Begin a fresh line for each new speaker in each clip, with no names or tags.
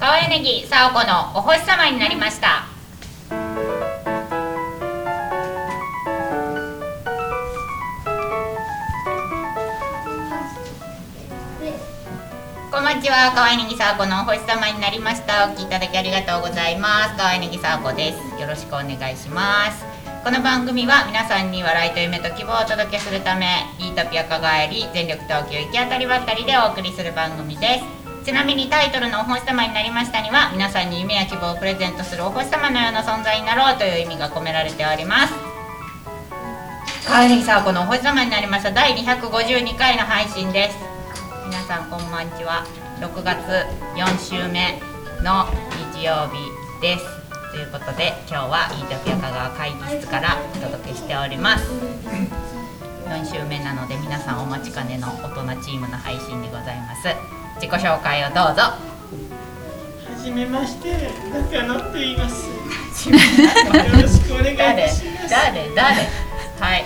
柳沙子のお星様になりましたこんばんちは川柳沙子のお星様になりましたお聞きいただきありがとうございます川柳沙子ですよろしくお願いしますこの番組は皆さんに笑いと夢と希望をお届けするためいいとぴアかがえり全力投球行き当たりばったりでお送りする番組ですちなみにタイトルの「お星様になりました」には皆さんに夢や希望をプレゼントするお星様のような存在になろうという意味が込められております川柳さんこの「お星様になりました」第252回の配信です皆さんこんばんちは6月4週目の日曜日ですということで今日はイートピア香川会議室からお届けしております4週目なので皆さんお待ちかねの大人チームの配信でございます自己紹介をどうぞ
はじめまして、中野と言い ます。よろしくお願いい
誰
たします。
誰誰は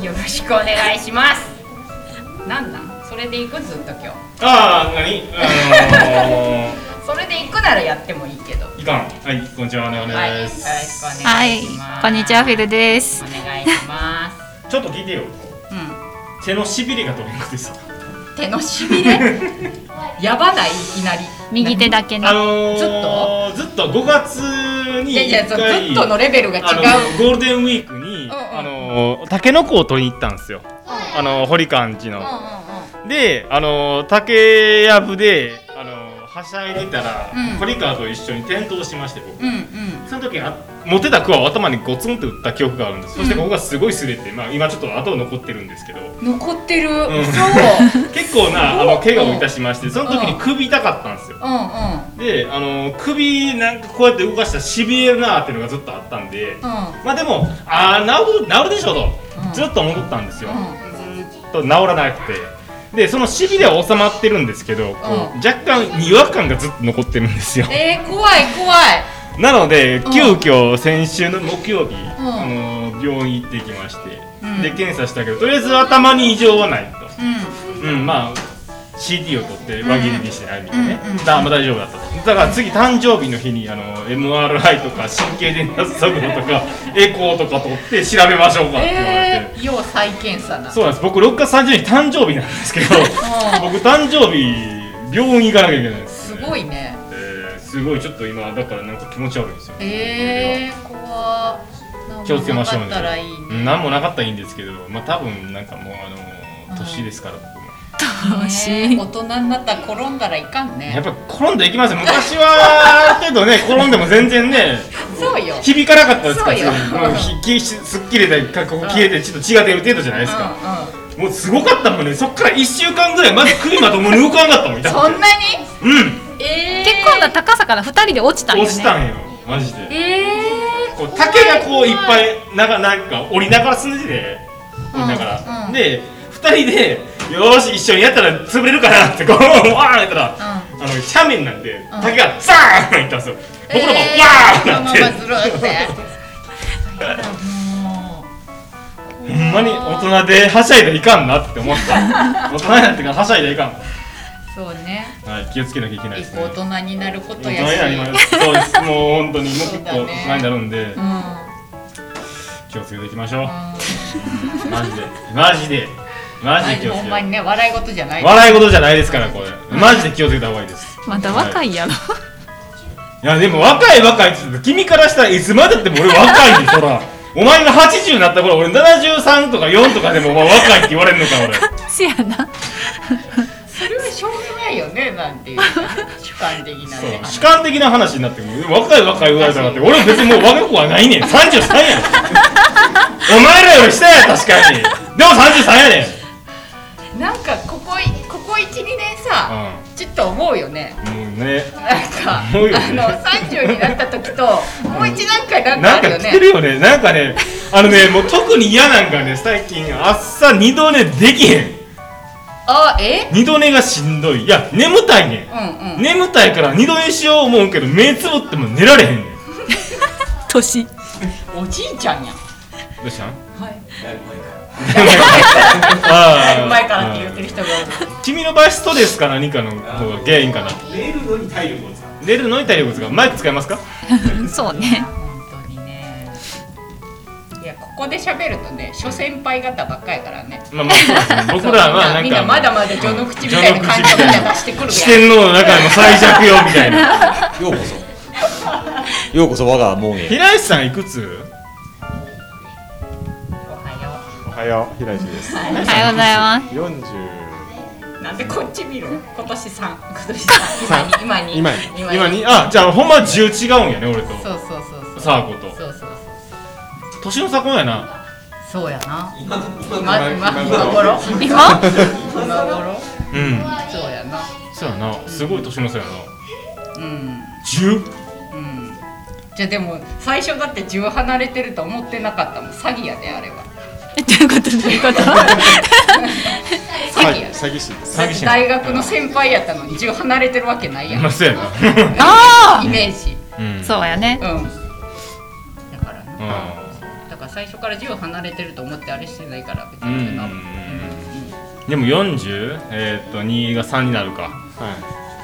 いよろしくお願いしますなんなんそれで行くずっと今日
ああ、なにあ
それで行くならやってもいいけど
のー、いかん。はい、こんにちは、ねお
はい、よ
ね
ろ
で
しく
す。
お
は
願い
い
します、、
こんにちは、フィルで
お
す。
願いします
ちょっと聞いてよ。
う
手のしびれが取れなくてさ。
ん、手のしびれやばないいきなり
右手だけね
あ。のー、ずっとずっと5月に
いやいや
一
そう
回
ずっとのレベルが違う
あのゴールデンウィークに、
ん
あのー、タケノコを取りに行ったんですよ。あのー、堀勘地
う
の
んうん。
で、あのー、竹やぶで、あのー、はしゃいでたら、
うん
堀川と一緒に転倒しまして、僕。
うんうん
その時あ持てたクワを頭にゴツンと打った記憶があるんです、そしてここがすごい擦れて、まあ、今ちょっと後残ってるんですけど
うん残ってる、そう
うん結構なあの怪我をいたしましてその時に首痛かったんですよ
うんうん
であの首なんかこうやって動かしたらしびれるなーっていうのがずっとあったんで
う
まあでもああ治る治るでしょと
うん
ずっと思っとったんですよ、
う
ずっと治らなくてでそのしびれは収まってるんですけど、こう若干違和感がずっと残ってるんですよ
んえー、怖い怖い
なので
うん
急遽先週の木曜日、
ん
あの病院行ってきまして、
うん
で検査したけどとりあえず頭に異常はないと、
う
うん、まあ CD を取って輪切りにしてないみたいなね、
うんうん
だまあ大丈夫だったとだから次誕生日の日にあの MRI とか神経伝達作動とかエコーとか取って調べましょうか
ん
って言われ
え。
て
ー、要再検査な
そうなんです僕6月30日誕生日なんですけど 僕誕生日病院行かなきゃいけないんです
す
よね、
ごいね
えーすごいちょっと今だからなんか気持ち悪いんですよ
えー、怖
気をつけましょう
ね
ね
ったらいいね
うん何もなかったらいいんですけどまあ多分なんかもうあのー年ですから僕も
楽し
ね
い
大人になったら転んだらいかん
やっ
ね
ぱ転んでいきますよ昔はある程度ね転んでも全然ね
そうよ
響かなかったですから
そうよ
もうひきすっきりでここ消えてちょっと血が出る程度じゃないですか
う
もうすごかったもんねそっから1週間ぐらいまず首まともに動かなかったもん痛
んうん、
く
そんな
てう
にえー、
結構な高さから二人で落ちたん
ん
よ
落ちた
ね。
んよマジで
えー、
こう竹がこういっぱいなんかなんか折りながらすねで折りながら、
うん
で2人で「よーし一緒にやったら潰れるかな」ってこう わーやったら、あの斜面なんで竹がザーンいったんですよ僕らもわーなって、
そのままずるっても
ほんまに大人ではしゃいでいかんなって思った 大人になってからはしゃいでいかん、
うそうね
はい、気をつけなきゃいけないで
一
すね
個大人になること
大人に
やし
なりますそうですもう本当にもう結構
そうだ
大
ね
人になるんで、
うん、
気をつけていきましょう、
う
マジでマジでマジで気
ん、
をつ
ほ
け
ん
て
まにね笑い事じゃない
笑い事じゃないですからこれマジで気をつけた方がいいです
まだ若
はい
いやろ。
いやでも若い若いって言って君からしたらいつまでっても俺若いでそらお前が80になった頃俺73とか4とかでもお前若いって言われるのか
せやな。
それはしょうがないよねなんていう主観的な
俺
ね
そう主観的な話になっても若い若い言われたらって俺別にもう若くはないねん33やねんお前らより下や確かにでも33やねん
なんかここいここ12年さ、ちょっと思うよね
うんもうね
なんか、
思うよね
あの30になった時ともう一段階なんか
な
あ
ん
る
か
よ
来て
ね
るよねなんかねあのねもう特に嫌なんかね最近朝二度寝できへん
あえ
二度寝がしんどいいや眠たいね
うんうん
ん眠たいから二度寝しよう思うけど目つぶっても寝られへんねんど
年。
おじいちゃんやん
うしたん
はい
あー
前からって言ってる人がおる
君の場合ストレスか何かの方が原因かな
寝るのに体力を使う
出るのに体力使うマイク使いますか
そう
いや
ね
本当にね いやここで喋るとね諸先輩方ばっかりやからね
まあまあそうですね 僕らはなんか
みんなまだまだ序の口みたいな感じをみんな 出してくる
四
やん
天王の中でも最弱よみたいな
ようこそ。ようこそ我が門へ。
平石さんいくつ
おは
おはよう、平石です。
おはようございます
四十。
よう なんでこっち見る今年三今年三今に
今に
今に
今にあじゃあほんま10違うんやね俺と
そうそうそうそう
サーコと
そうそうそう
年の差婚やな
そうやな
今
今今
今
今
今
頃
今
今頃
うん
そうやな
そうやなすごい年の差やな
うん
10
うんじゃあでも最初だって10離れてると思ってなかったもん詐欺やであれは
えどういうことどういうこと
詐欺やで
詐欺師です。
詐欺師な
大学の先輩やったのに10離れてるわけないやん
まあそう やな
あ
イメージ
うん
そうやね
うんだからね
う
だから最初から10離れてると思ってあれしてないから別
んうんうんう
に
ん
な
うんでも40えーっと2が3になるか
は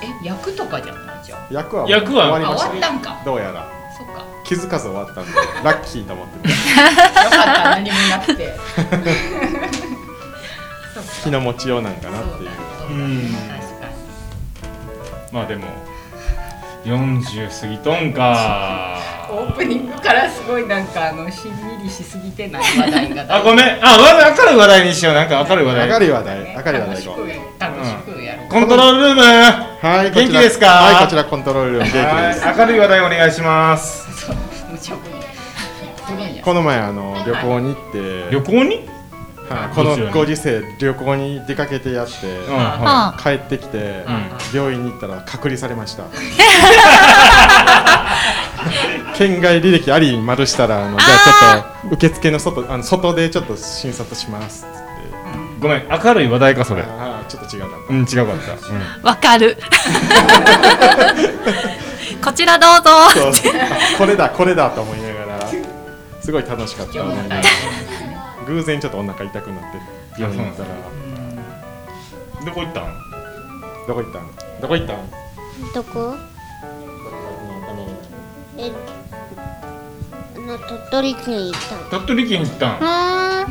え役とかじゃないじゃん
い。役は
役は
終
あ
わりま
終わっ
した
たんか
どうやら
そっかよ
気づかず終わったんで ラッキーと思ってます
かった何もな くてそっか
気の持ちようなんかなっ
そ
て
う
い
だ
う
ね。
うん
確かに
まあでも40過ぎとんか
オープニングからすごいなんかあのしんみりしすぎてない話題が
あごめんあわ明るい話題にしようなんか明るい話題
明るい話題、明るい話
楽
題
し
行
く
こう
楽しくやろう、
コントロールルーム
はい、こちら
元気ですか
はい、こちらコントロールルーム元気です
はい明るい話題お願いします
そう無茶ぶり すごいや
この前あの旅行に行って、
旅行に
はいこの
ど
ご
ち
時世旅行に出かけてやって、
うんは
あ
帰ってきて、
うん
病院に行ったら隔離されました 県外履歴あり丸したらあのじゃあちょっと受付の外あの外でちょっと診察しますっつって
いごめん明るい話題かそれ
あーちょっと違うな
うん違うかった、
わかるこちらどうぞ
そうそうあこれだこれだと思いながらすごい楽しかった
今
思
日も
い出
大
偶然ちょっとお腹痛くなって病院行ったら
うん、どこ行ったん
どこ行ったんどこ行ったん
どこえあの鳥取県行っ
鳥取県行ったん
たん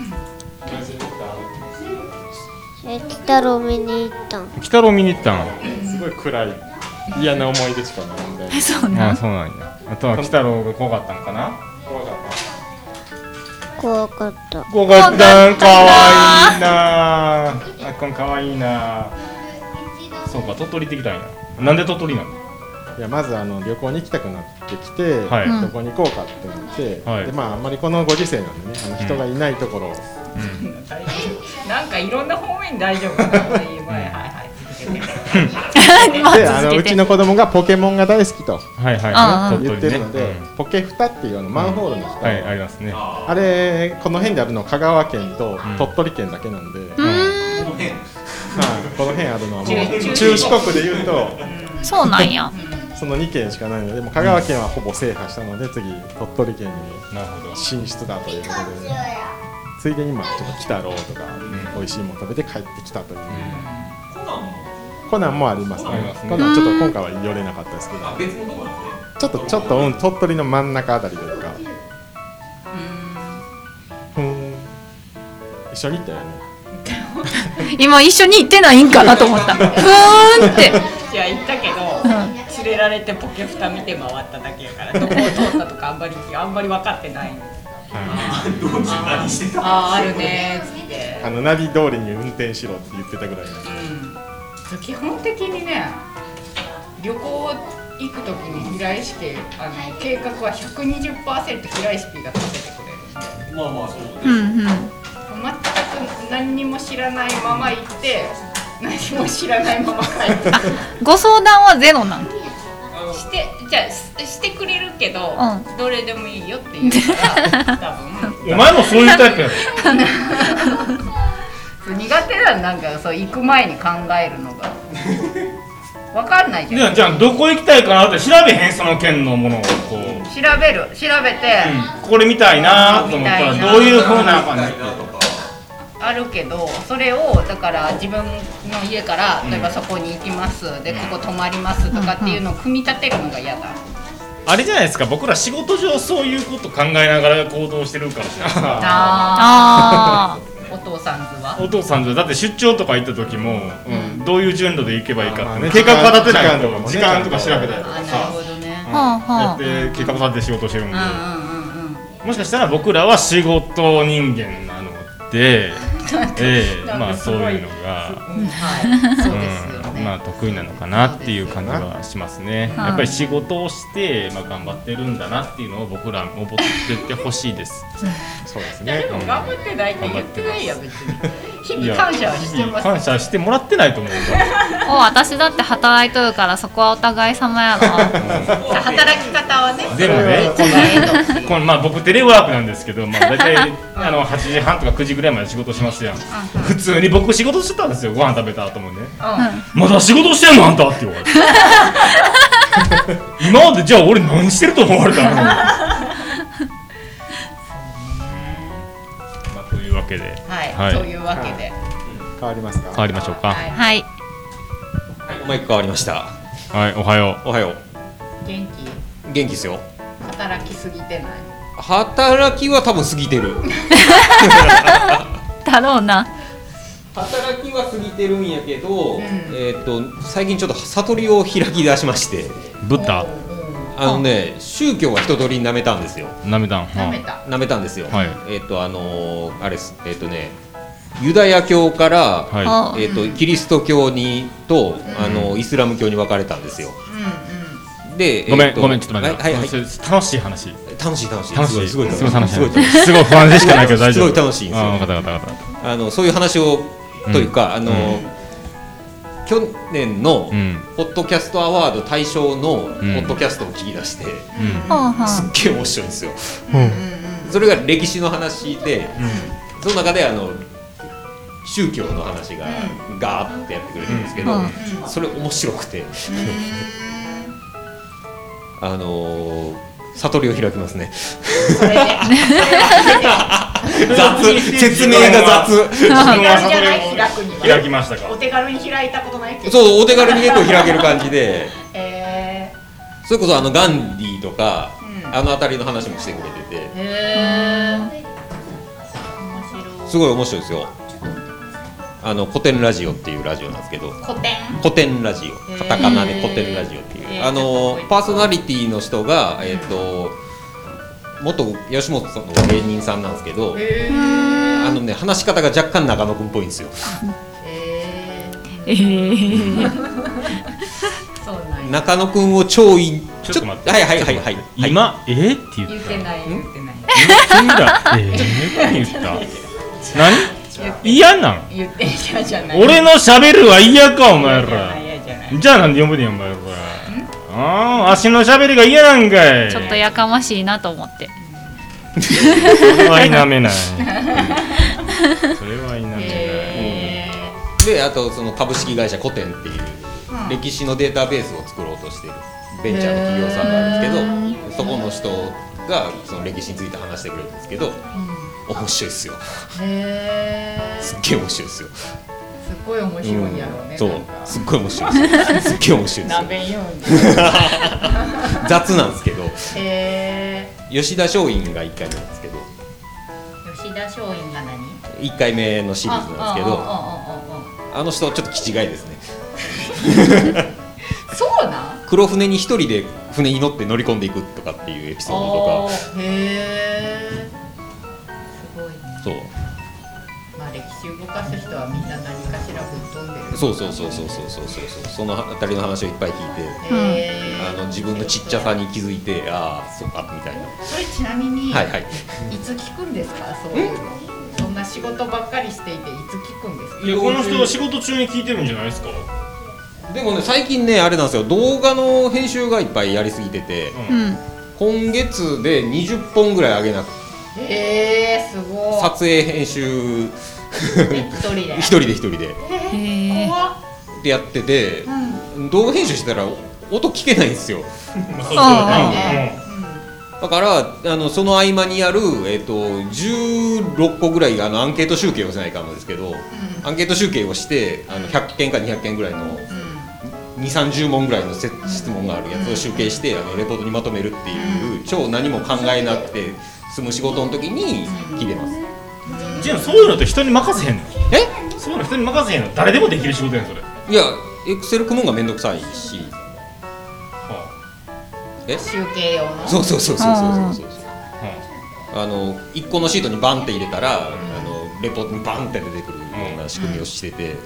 え鬼太郎見に行ったん
鬼太郎見に行ったん
すごい暗い嫌な思い出しかないみたいな
そう
あ
な
あ
ん
そうなんやあとは鬼太郎が怖かったんかな
怖かった
怖かった
怖かったんかわいいなああっこんかわいいなあそうか鳥取行ってきたんやなんで鳥取なの
いやまずあの旅行に行きたくなってきて、
はい
どこに行こうかって思って、
はい
でまああんまりこのご時世なんでねあの人がいないところを、
大丈夫なんかいろんな方面大丈夫かなっていう前はいはい続けて
ま
であ
あ
の
続
う
け
ち
て
の子供がポケモンが大好きと
はいはい
ああ
言ってるので、
うん
ポケフタっていうあのマンホールの蓋、
はいありますね
あれこの辺であるの香川県と
ん
鳥取県だけなんで、
うーん
はいこの辺あるのはも
中
う中四国で言うと
そうなんや
その2県しかないのででも香川県はほぼ制覇したので次鳥取県に
なるほど
進出だということでついでにまあちょっと鬼太郎とか、美味しいもの食べて帰ってきたという、コナンもありますね
ありますね
コナンちょっと今回は寄れなかったですけど
あ別のとこなんで
ちょっとちょっと、うん、鳥取の真ん中あたりというかふーん一緒に行ったよね
今一緒に行ってないんかなと思ったふーんって
じゃあ行ったけど連れられてポケフタ見て回っただけやからどこを通ったとかあんまりあんまり分かってない
ね。同期何して
あ
た。
ああるねーっつって
あのナビ通りに運転しろって言ってたぐらいの
うん、基本的にね旅行行く時に平石家あの計画は120%平石 P が立ててくれるんで
まあまあそうね。
うんうん
全く何にも知らないまま行って何も知らないまま帰って
あご相談はゼロなんだ
してじゃあししてくれるけど、
う
どれでもいいよって言うから多 分
お前もそういうタイプや ろ
そう苦手なんなんかそう行く前に考えるのがわかんないじ
い
ゃん
やじゃあどこ行きたいかなって調べへんその県のものをこう、うん、
調べる調べて、
これ見たいなと思ったらどういうふうな感
感じ
じ
だとか。
あるけどそれをだから自分の家から例えばそこに行きますでここ泊まりますとかっていうのを組み立てるのが嫌だ
あれじゃないですか僕ら仕事上そういうこと考えながら行動してるからじゃないですか
あ
あ
お父さんずは
お父さんじゃだって出張とか行った時も、うんどういう順路で行けばいい
ま
か
あ
って、
ね
計画が立てない
時間とかもね
時間とか調べたり
あ
とか
ーなる
さ
ほどね
あはあは
や
あ
って計画立てて仕事してるんで、
うんうんうんうん
もしかしたら僕らは仕事人間なので、ええまあそういうのが、
はいそうですよ
うんまあ
ね
得意なのかなっていう感じはしますね。
はい
やっぱり仕事をしてまあ頑張ってるんだなっていうのを僕らも思ってってほしいです。
そうです
いや
ね
でも頑張ってないって言ってないや別に日々感謝はしてます
感謝してもらってないと思うから。
お私だって働いとるからそこはお互い様やな
働き方はね
でもね、このこのまあ僕テレワークなんですけど、まあ大体あの8時半とか9時ぐらいまで仕事しますやん。普通に僕仕事してたんですよ。ご飯食べた後もね。
う
まだ仕事してんのあんたって言わ れて今までじゃあ俺何してると思われたのまあというわけで
んはい、
はい
というわけで、
変わりますか
変わりましょうか
はい
はい
はいマイク変わりました
はいおはよ
おはよ
元
う元気ですよ
気働きすぎてない
働きは多分過ぎてる
だろうな
働きは過ぎてるんやけど、
ん
えーっと最近ちょっと悟りを開き出しまして
うブッダ
あのね宗教が一通りに舐めたんですよ
なめたん
なめた
舐めたんですよ、
はい
えーっとあのーあれですえーっとねユダヤ教から、
はい
あ
えーっとキリスト教にと、あのイスラム教に分かれたんですよ
うんうん
で
ごめ
えー
ん
と
ごめんちょっと待って、
はいはいはい
それ楽しい話
楽しい楽しい
楽しい
すごい
すごい楽しい
すごい楽しい
すごい不安でしかないけど大丈夫
すごい楽しいんですよ
あ分かった分かった分かっ
あのそういう話を
うん
というか、あの、
うん
去年の
たうん
ポッドキャストアワード大賞のポ
ん
ッドキャストを聞き出して、
はあは
す
あ
っげえ面白いんですよ。
うん
それが歴史の話で、その中であの宗教の話がガーってやってくれるんですけど、
うん
それ面白くて、あのー悟りを開きますね。
それで
雑説明が雑。
自分は
開いてない開くには
開きましたか
お手軽に開いたことないけど
そうお手軽に結構開ける感じで。
えー
それこそあのガンディーとか、
うん
あの辺りの話もしてくれてて
へー面
す
白い
ごい面白いですよあの古典ラジオっていうラジオなんですけど
古典
古典ラジ
へ
オ
ー
カタカナで古典ラジオっていう、
へー
あ
ち
の
ょっと覚えてます
パーソナリティの人がえっ、と元吉本さんの芸人さんなんですけど
へ
あのね話し方が若干中野くんっぽいんですよ
え
えー
そうなんや
中野くんを超い
ちょっと待って
はいはいはいはいはい
今えーって言
言っ
った
てない言ってない
言ったえー言った何嫌なん
言って嫌じゃない
俺の喋るは嫌かお前
嫌じゃない
ら
嫌じゃない
じゃあなんで呼ぶねんお前らああわしの喋りが嫌なんかい
ちょっとやかましいなと思って
それは否めないそれは否めない
へー
であとその株式会社古典っていう
うん
歴史のデータベースを作ろうとしているベンチャーの企業さんがあるんですけどそこの人がその歴史について話してくれるんですけど面白いっすよ
へー
すっげえ面白いっすよ、
すっごい面白いんやろうね、
うんそう
なんか
すっごい面白いっすよすっげえ面白いっすよ
鍋ように
雑なんですけど
へ
吉田松陰が1回目なんですけど
ー吉田松陰が何
1回目のシリーズなんで
あ
すけど
ああああ
あの人ちょっと気違いですね
あそうなん
黒船に一人で船に乗って乗り込んでいくとかっていうエピソードとか
あーへえすごいね
そう
まあ歴史動かす人はみんな何かしらぶっ飛んでる
そうそうそうそうそうそうそうその辺りの話をいっぱい聞いて
へ
あ
ー
の自分のちっちゃさに気づいてああそうかみたいなは
それちなみに、
いはい
い、つ聞くんですかそういうのそんな仕事ばっかりしていていつ聞くんですか
いやこの人は仕事中に聞いてるんじゃないですか
でもね最近ねあれなんですよ動画の編集がいっぱいやりすぎてて
うん
うん
今月で20本ぐらい上げなく
へえすごい
撮影編集
一人で
一人で一人で
へえ
怖っ
でやってて動画編集してたら音聞けないんですよ
まあそうだ
ね
ね
だからあのその合間にやる、えっと16個ぐらいあのアンケート集計をせないかんのですけど、アンケート集計をしてあの100件か200件ぐらいの2 3 0問ぐらいのせ質問があるやつを集計してあのレポートにまとめるっていう超何も考えなくて済む仕事の時に聞いてます。
じゃあそういうのって人に任せへんの
え
そういうの人に任せへんの誰でもできる仕事やんそれ、
いやエクセル組むのが面倒くさいし
は
え
集計用の
そうそうそうそうそうそうそう
あは
あの一個のシートにバンって入れたら、あのレポートにバンって出てくるような仕組みをしてて、うん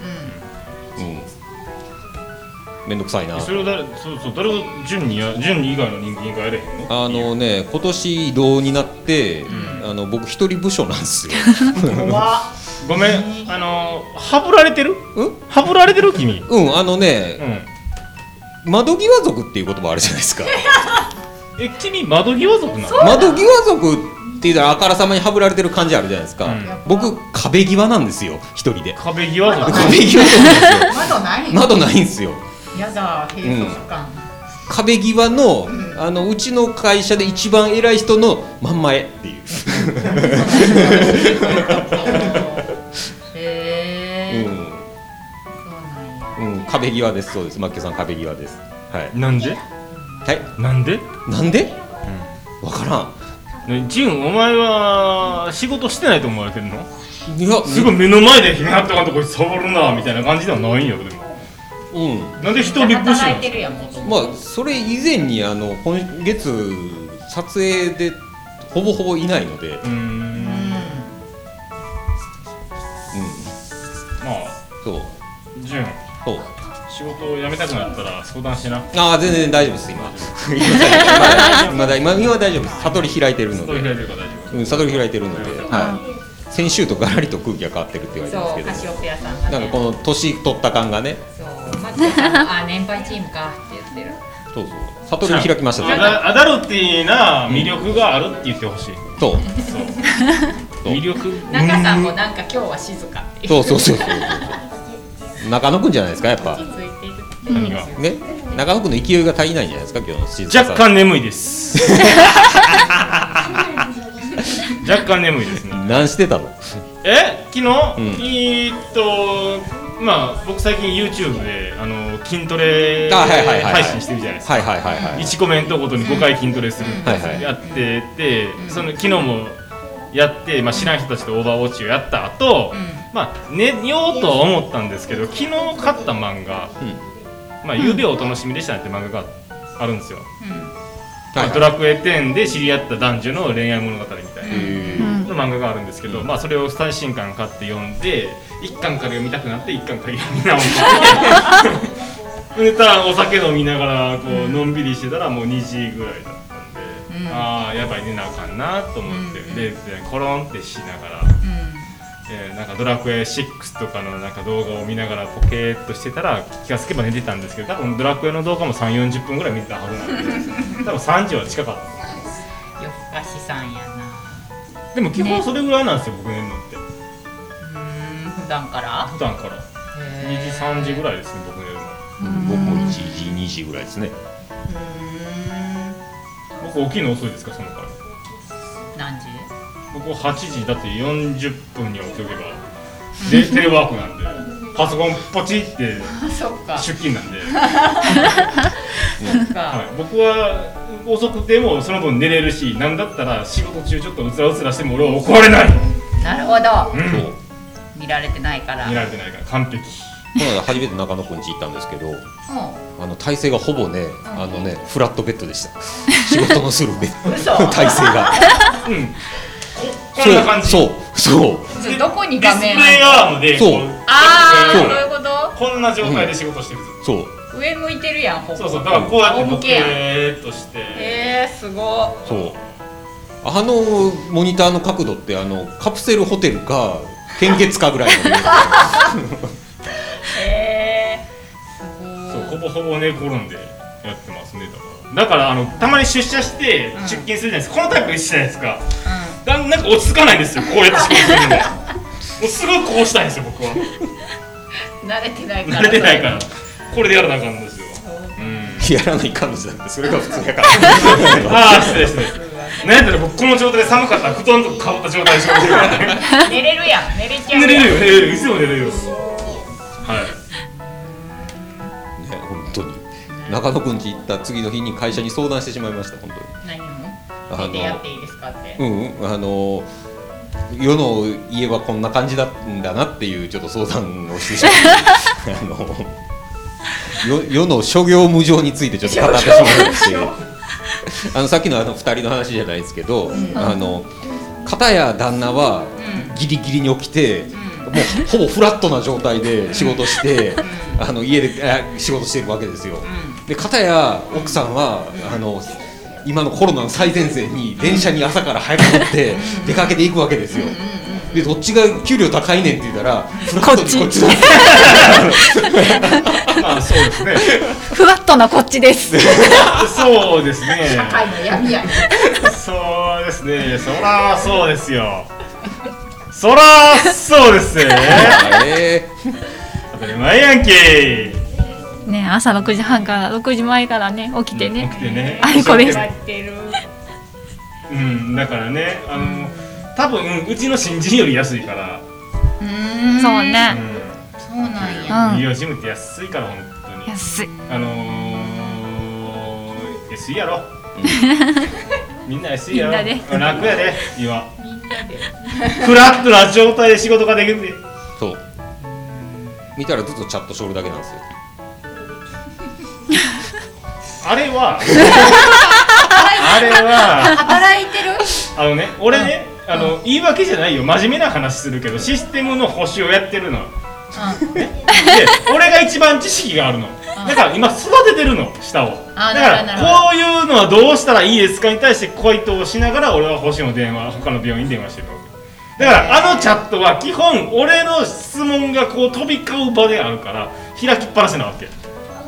めんどくさいな
あ、それを誰そうそう誰を順にや順に以外の人間がやれへんの
あのね今年異動になって、あの僕一人部署なんですよ
怖
ごめんあのーはぶられてる
うん
はぶられてる君うん
うんあのね窓際族っていう言葉あるじゃな いですか
え君窓際族なの
窓際族って言ったらあからさまにはぶられてる感じあるじゃないですか、
うん
僕壁際なんですよ一人で
壁際族
壁際族なんですよ
窓ない
窓ないんですよ
やだ閉塞感、
壁際の,、
ん
あのうちの会社で一番偉い人の真ん前っていう、
へえ、
う
そうなんや
んうん、壁際ですそうですマッキーさん壁際ですはい、
なんで
は
なんで
い、なんで、わから
ねジンお前は仕事してないと思われてるの
んいや
すごい目の前で姫はったかんとこいつ触るなみたいな感じではないんやけどでも
うん
なんで人を立派し
働い
な
て
い
るやんもとも
まあそれ以前にあの今月撮影でほぼほぼいないので、
う
うん
ーんまあ
そう
ジン
そう
仕事を辞めたくなったら相談してな
ああ全然大丈夫です今 今だ今今は大丈夫です悟り開いてるの
外
で
開いてるから大丈
うん悟り開いてるので、はい、先週とガラリと空気が変わってるって言われてます
そ
け
う
ど
カシオペアさんが、ね、
なんかこの年取った感がね、
そうマジであ年配チームかって言ってる
そうそう、悟りを開きました
夫ア
ね。
ダアダルティーな魅力があるって言ってほしい
そう、
魅力
中さんもなんか今日は静かっていう
そうそうそうそうそう。中野くんじゃないですか、やっぱ
落。ち着いてる
何が
ね、中野くんの勢いが足りないんじゃないですか、今日のシーズン。
若。干眠いです若干眠いですね
何してたの。
え昨日、
ん
えーっとまあ僕最近 YouTube であの筋トレ
あはいはいはいはい
配信してるじゃないですか
はいはいはいはい。
1コメントごとに5回筋トレするって
はいはい
やってて、その昨日もやって、まあ、知らん人たちとオーバーウォッチをやった後、まあ寝ようとは思ったんですけど昨日買った漫画「まあ、ゆうべをお楽しみでした」って漫画があるんですよ、
はい
ドラクエ10で知り合った男女の恋愛物語みたいな、
え
の漫画があるんですけど、まあそれを最新刊買って読んで1巻から読みたくなって1巻から読み直 してでただお酒飲みながらこうのんびりしてたらもう2時ぐらいだったんで、ああやばい寝なあかんなと思って、ででコロンってしながら、えーなんかドラクエ6とかのなんか動画を見ながらポケーっとしてたら気がつけば寝てたんですけど多分ドラクエの動画も3 4 0分ぐらい見てたはず なんで多分3時は近かった
夜更かしさんやな
でも基本それぐらいなんですよ、僕寝るのって。
うーん普段から
普段から2時3時ぐらいですね僕寝るの
僕も1時、2時ぐらいですね。
僕起きるの遅いですかそのから
何時
僕8時だって40分には起き とけばでテレワークなんでパソコンポチって
あそっか
出勤なんで、
そっ
は
か
い、僕は遅くてもその分寝れるし何だったら仕事中ちょっとうつらうつらしても俺は怒られない、
なるほど
うん
そう。
見られてないから
見られてないから完璧
この間初めて中野くん家行ったんですけど、
う
あの体勢がほぼね、あのね、フラットベッドでした。 仕事のするベッ
嘘
ド。体勢が。
うんここんな感じ
そう、そう、
んでどこに
ディ
画
スプ
面
レイアームでこ
そう
ああ
そ
そうういうこと
こんな状態で仕事してるぞ、
そう、そう、
上向いてるやんほぼ
そうそうだからこうやって
仰
ボ
向
ケ
けやん
ーっとして、
えー、すご
そう。あのモニターの角度って、あのカプセルホテルか、献血かぐらいの。
いえ
そう
ー、す
ほぼほぼ寝転んでやってますねだからだからあのたまに出社して出勤するじゃないですか、このタイプ一緒じゃないですか、だんなんか落ち着かないんですよこうやって仕事す るのでもうすごいこうしたいんですよ僕は
ごい慣れてないから
慣れてないからこれでやらなあかんんですよ、うん、
やらない彼女だってそれが普通やから
ああ失礼失礼なんやったら僕この状態で寒かったら布団とか被った状態で仕事してるからね
寝れるやん寝れちゃう
寝
やん
れるよ寝れるいつでも寝れるよはい
ね本当に中野くんち行った次の日に会社に相談してしまいました本当に
何
あ
を
の
寝てやっていいですかって
うんうんあの世の家はこんな感じだんだなっていうちょっと相談をしてしまってあのよ世の諸行無常についてちょっと語ってしまうんですけどあのさっきのあの2人の話じゃないですけど、あの片や旦那はギリギリに起きて、もうほぼフラットな状態で仕事して、あの家でえ仕事してるわけですよ。で片や奥さんは、あの今のコロナの最前線に電車に朝から早く乗って出かけていくわけですよ。でどっちが給料高いねんって言ったらフラットにこっちだ
まあそうですね
ふわっとなこっちです。
そうですね
社会の闇やね
そうですねそらそうですよそらそうですね
え
当たり前やんけ
ね朝6時半から6時前からね起きてね
起きてね
あれこれ
やってる
うんだからねあの、多分うちの新人より安いから
うーん
そう
う
ね
ん
そうなんや
うん
医療ジムって安いから本当に
安い
あのー、安いや ろみんな安いやろ
みんな
楽やで今
みんなで
フラットな状態で仕事ができるで
ーそう見たらずっとチャットしょるだけなんですよ。
あれ はあれは
働いてる
あのね、俺ね、あの、言い訳じゃないよ、真面目な話するけど、システムの保守をやってるの。ねで、俺が一番知識があるの。だから今育ててるの、下を。だか
あ
ら、
なるほどなるほど
こういうのはどうしたらいいですかに対して、回答をしながら、俺は保守の電話、他の病院に電話してるわけ。だから、あのチャットは基本、俺の質問がこう飛び交う場であるから、開きっぱなしなわけ。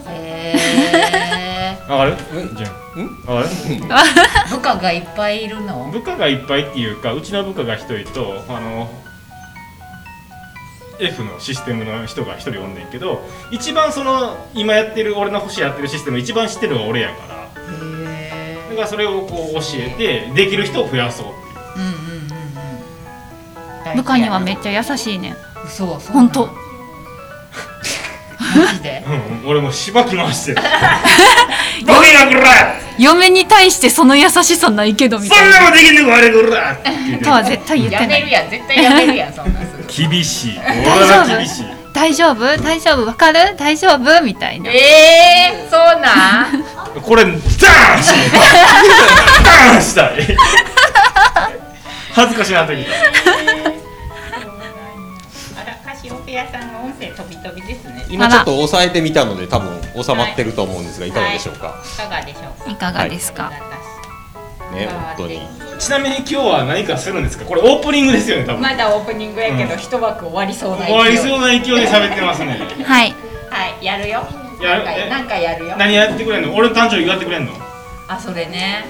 へ
わかる
え
じゃん。
ん
わかる
ー部下がいっぱいいるの
部下がいっぱいっていうかうちの部下が1人とあの F のシステムの人が1人おんねんけど一番その今やってる俺の星やってるシステム一番知ってるのは俺やから
へ
だからそれをこう教えてできる人を増やそう
うんうんうんうん
部下にはめ
っ
っちゃ優しいね
そうそうな
本
の
当
マジで
うんうん俺もうしばき回してるボケがくら
嫁に対してその優しさないけどみ
そ
た
ん
いな
なもんできんのかあれくらって言っ
とは
て
絶対言っ
や
てな
める
い
やん絶対やめるやんそんなんすぐ
る厳しい俺は厳しい
大丈夫大丈夫わかる大丈夫みたいな
えー、そうなん
これダーンしてダーンしたい恥ずかしなってきた
あら、カシオペアさんの音声飛び飛びですね。
今ちょっと抑えてみたので多分収まってると思うんですがいかがでしょうか、
いかがでしょうか。
いかがですか、
ね本当に
ちなみに今日は何かするんですかこれオープニングですよね多分、
まだオープニングやけど、
うん
一枠終わりそうな勢い。
終わりそうな勢いで喋ってま すね
はい
はい、やるよ。
や
な
る
んか
え
なんかやるよ。
何やってくれんの俺の誕生日祝ってくれんの
あ、それね。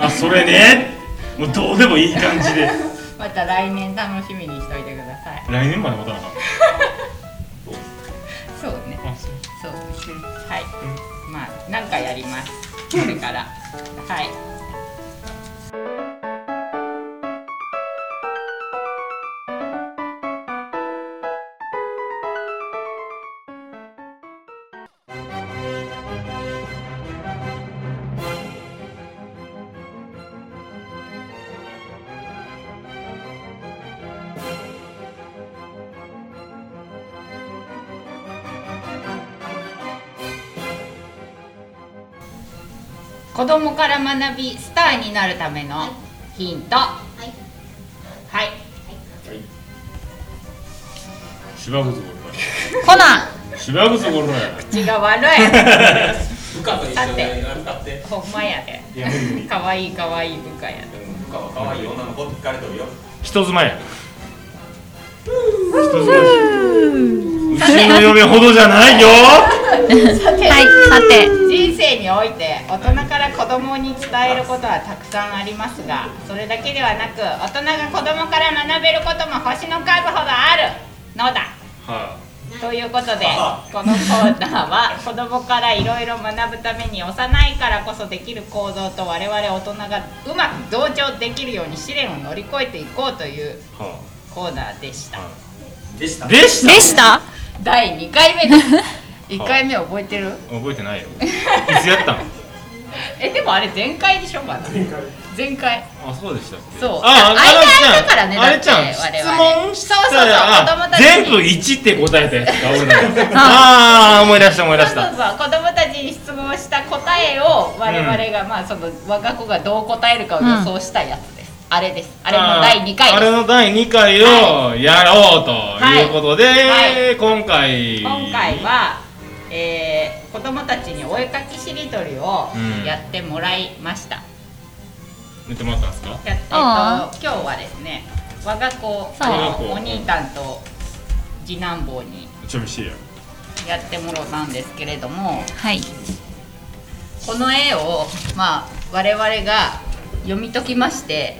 あそれねもうどうでもいい感じで
また来年楽しみにしといてください。
来年まで待たなかった
そうね。
あそ
そ
う
うですね。はい。まあ、なんかやります。これから。はい。子供から学びスターになるためのヒントはいはい、
芝生ズゴ
コナン
ル芝生ズゴルだよ
口が悪い
部下と一
緒に
歌って
ほんまやで
いや無理無理
かわいいかわいい部下やで
部下は可愛い女の子って聞かれてるよ
人妻や人妻うちの嫁ほどじゃないよ
はいさて
人生において大人から子供に伝えることはたくさんありますがそれだけではなく大人が子供から学べることも星の数ほどあるのだ
は
ということでこのコーナーは子供からいろいろ学ぶために幼いからこそできる行動と我々大人がうまく同調できるように試練を乗り越えていこうという
は
コーナーでした
でした
あ、でした
でした
第2回目です1回目覚えてる
覚えてないよいつやったの
えでもあれ前回でしょまだ前回
あそうでしたっけ
そう
ああ
間空いたからね
あれちゃんあ
だ
れ
っ
ち
て
ゃん
我
質
々
問した
そうそうそう子供
ら
たちに
全部1って答えたやつが 俺だああ思い出した思い出し
そうそう
た
そう子供たちに質問した答えを我々が、まあその我が子がどう答えるかを予想したやつです、あれですあれの第2
あーあ
回
れ
です
の第2回をやろうということで、
はい
今回
今回は、えー、子供たちにお絵かきしりとりを
うん
やってもらいました、
見てもらったんですか
やえっと
あ
今日はですね我が子
そう
我が子
お兄たんと次男坊に
ちょびしいや
やってもろたんですけれども
はい
この絵を、まあ、我々が読み解きまして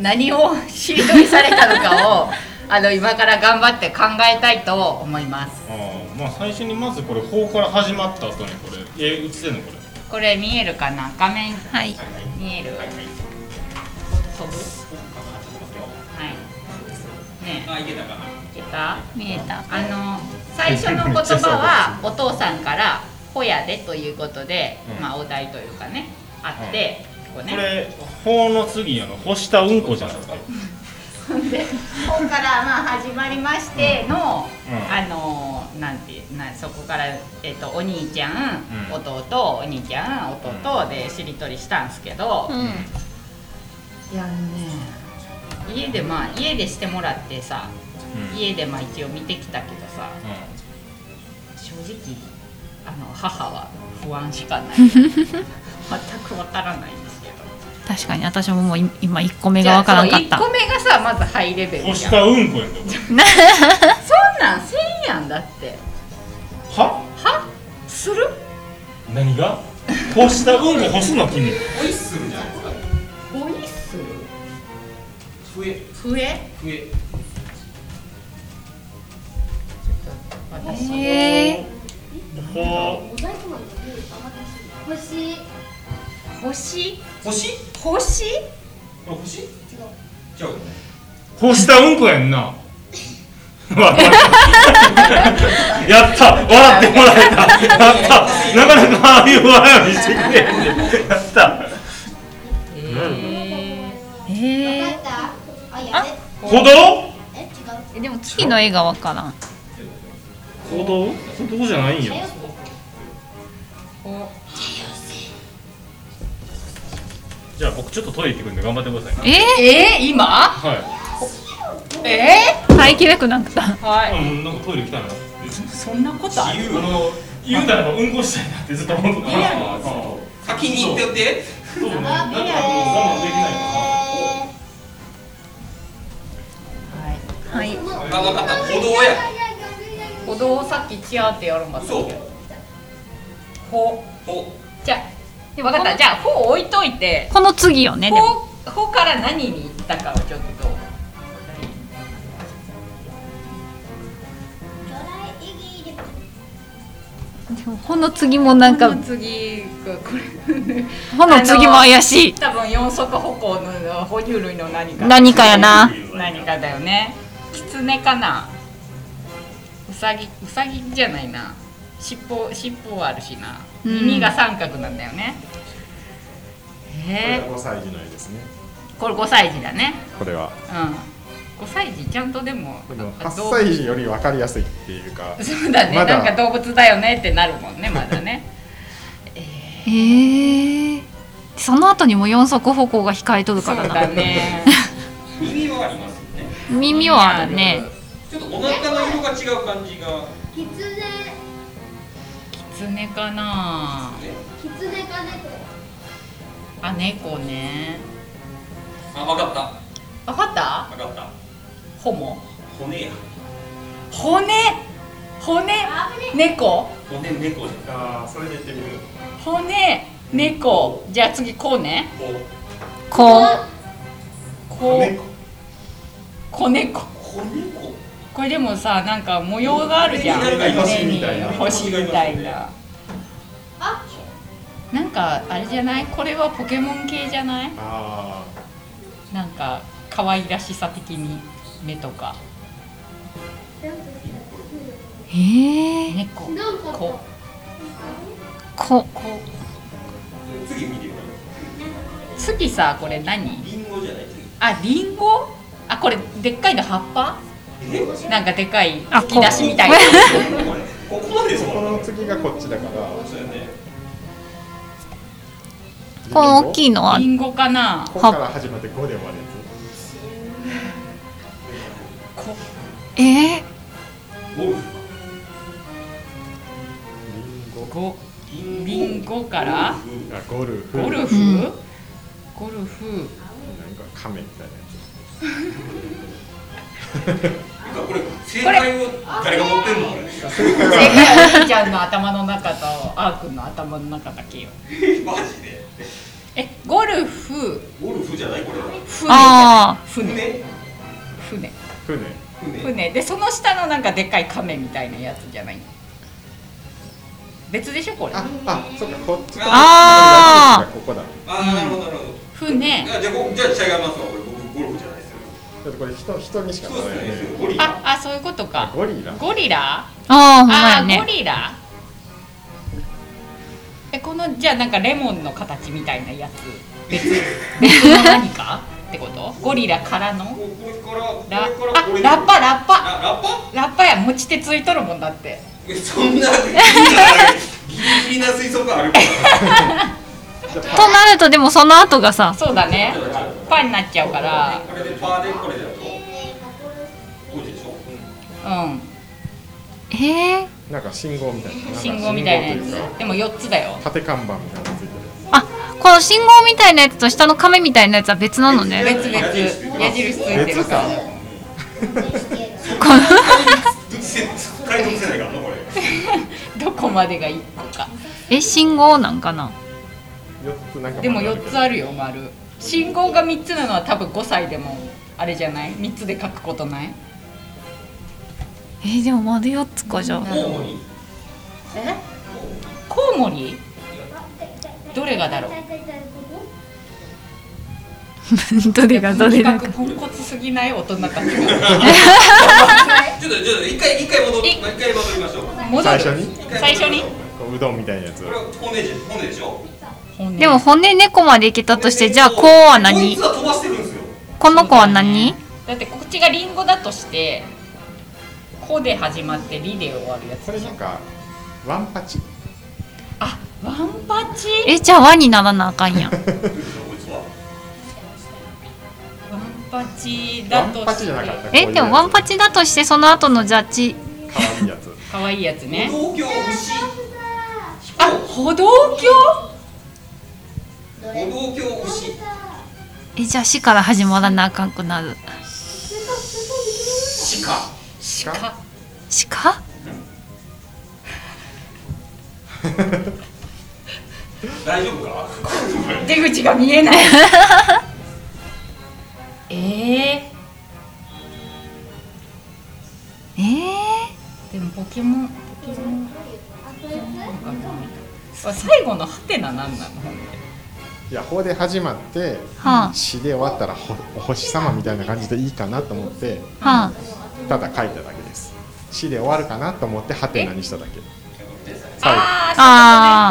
何をしりとりされたのかをあの今から頑張って考えたいと思います
あーまあ最初にまずこれ法から始まった後にこれ絵映ってんのこれ
これ見えるかな画面
はい
見える、飛ぶはいねえ
あ、いけたかな。
いけた
見えた
あの最初の言葉はお父さんから「ほやで」ということで、
うん
まあお題というかねあって、こうね
これ法の次あの干したうんこじゃないですか
でここからまあ始まりましての、
うん
あのーなんてなそこから、えっとお兄ちゃん、
うん
弟お兄ちゃん弟でしりとりしたんですけど、
うん
いやあのね家でまあ家でしてもらってさ
うん
家でまあ一応見てきたけどさ正直あの母は不安し かない全くわからないんですけど
確かに私ももうい今1個目がわからんかっ
じゃあ
た
その1個目がさまずハイレベ
うん
ル
干
じ
し
ゃんそん
たうんこやんだこ
なんせんやんだって
れは
はする
何が干したうんこ干すの君
ホイッスルじゃないですか。
ホイッスル
笛、
笛
笛。
私、
え
こう
星
星
星。
星
あ、星。違う。違うよね。
干したうんこやんな笑ったやった笑ってもらえたやったなかなかああいう笑いをしてくれへんでやった
え
ー、え
わかったあやべ
歩道
え違う
ー、でも月の絵がわからん
歩道歩道じゃないんよ
ー、
じゃあ僕ちょっとトイレ行ってくるんで頑張ってください
え
え
ー、今
は
え
ー、耐えきれなくなった
ー、はい
いうんなんかトイレ来たな
そんなことある
あの言うならばうんこしたいなってずっと思ってた
や
そ
先に行っておいて。
うねなんかもう我慢できないか
はい
あ、わかった。歩道や。
歩道をさっきチアってやるんだった
嘘。
っけほ
ほ。
じゃあわかったじゃあほを置いといて
この次よねでも
ほほから何に行ったかをちょっと
でもほの次もなんか
この次がこれ
ほの次も怪しい
多分四足歩行の哺乳類の何か
何かやな
何かだよねキツネかなウサギウサギじゃないな尻尾尻尾はあるしな
うん
耳が三角なんだよね、え
5歳児の絵ですね
ー、これ5歳児だね
これは
うん5歳児ちゃんとでも
でも
あ
8歳児より分かりやすいっていうか
動物そうだね、
まだ
なんか動物だよねってなるもんねまだね
えー、その後にも四足歩行が控えとる
そ
か
う
ら
だ
な
ね
耳はありますよね。
耳はあるね
ちょっとお腹の色が違う感じが。
キツネ
キツネかな
ね。
キツネか猫
あ猫ね
あ、わかった。
わかった
わかった。
ホモ
骨や。
骨骨猫
骨猫じゃん。
ああそれで言ってみる
骨猫じゃあ次こうね
ほ。
こう
こう子猫
骨猫。
これでもさなんか模様があるじゃん
なんかイワシ
目に
みたいな
星みたいな
あ
なんかあれじゃないこれはポケモン系じゃない
あ
なんか可愛らしさ的に目とか
ええ
猫
なんか
こ
こ
こ
次見てくだ
次さこれ何
さいリンゴじゃない次
あリンゴあこれでっかいの葉っぱ
え
なんかでかい
あ
吹き出しみたいな
これここまでです
あ
も
こ
ん
の次がこっちだから
そうやね
この大き
い
いの は
リンゴかな
ここから始まって5で終わるや
こ
ええ
ゴルフ
つリン
ゴリンゴから
ゴあゴルフ
ゴルフ、
うん
ゴルフ
なんかカメみたいなや
なんかこれ正解を誰が持ってんのこれ
正解はお兄ちゃんの頭の中とあーくんの頭の中だけよ
マジで
えゴルフ
ゴルフじゃないこれ
船
あ
船
船
船
つ船
船
船でその下のなんかでっかい亀みたいなやつじゃない別でしょこれ
ああそっかこっちと
あ
ここだ
ああなるほどなるほど
船
じゃあじゃあこじゃあ違いますわこれ僕ゴルフじゃないですよ
だってこれ人人にしか
そう
な
で
いよ
すね
ね
ゴリ
あ
ラ
あそういうことか
ゴリラ
ゴリラ
あああほんま
あ
や
ーゴ
ね
リラえこのじゃあなんかレモンの形みたいなやつ別別の何かってことゴリラからの
ここれからこれ
ラあ
からこれ
ラッパラッパ
ララッパ
ラッパや持ち手ついとるもんだって
えそんなギリギリな水槽感あるから
じゃあ
となるとでもその後がさ
そうだねパンになっちゃうから
これでパーでこれだとこうでしょ
うん
ええ
パなんか信号みたいななんか
信号みたいなや
信号というか
つでも4つだよ
縦看板みたいなのついてるや
あこの信号みたいなやつと下の亀みたいなやつは別なのね
別々矢印ついてる
別か
から
この
どっちせ使いどっちせないからなこれ
どこまでが1個か
え信号なんかな
つ4つなんか
でも4つあ
る
るよ丸信号が3つなのは多分5歳でもあれじゃない3つで書くことない
えー、でもまだ4つかじゃあ
主に
えコウモリどれがだろう
どれがどれだ
と
か
にかくポンコツすぎない大人たちが
ちょっとちょっと一回一回戻り一回戻りましょう
戻る
最初に
最初に
こううどんみたいなやつ
これは骨で骨でしょ
本音
でも骨猫までいけたとしてじゃあこうは
こ
何
いつは飛ばしてるんですよ
この子は何
だってこっちがリンゴだとして「こ」で始まって「り」で終わるや
そ
つ
れなんかワンパチ
あワンパチ
えじゃあ輪にならなあかんやん
こいつは
ワンパチ
ワ
だ
ン
と
パ
し
チじゃなかった
て
え でもワンパチだとしてその後のジャッジ
可愛いやつ
かわいいやつね
東京牛
あ歩道橋
歩道橋牛
えじゃあ死から始まらなあかんくなる
鹿
か
鹿
大丈夫か
出口が見え ないえ
えー、
ー、でもポケモンポケモン最後のハテナなんなの
いや「ほ」で始まって
はあ
「し」で終わったらほ「お星様」みたいな感じでいいかなと思って
はあ
ただ書いただけです「し」で終わるかなと思って「はてな」にしただけ最後
あ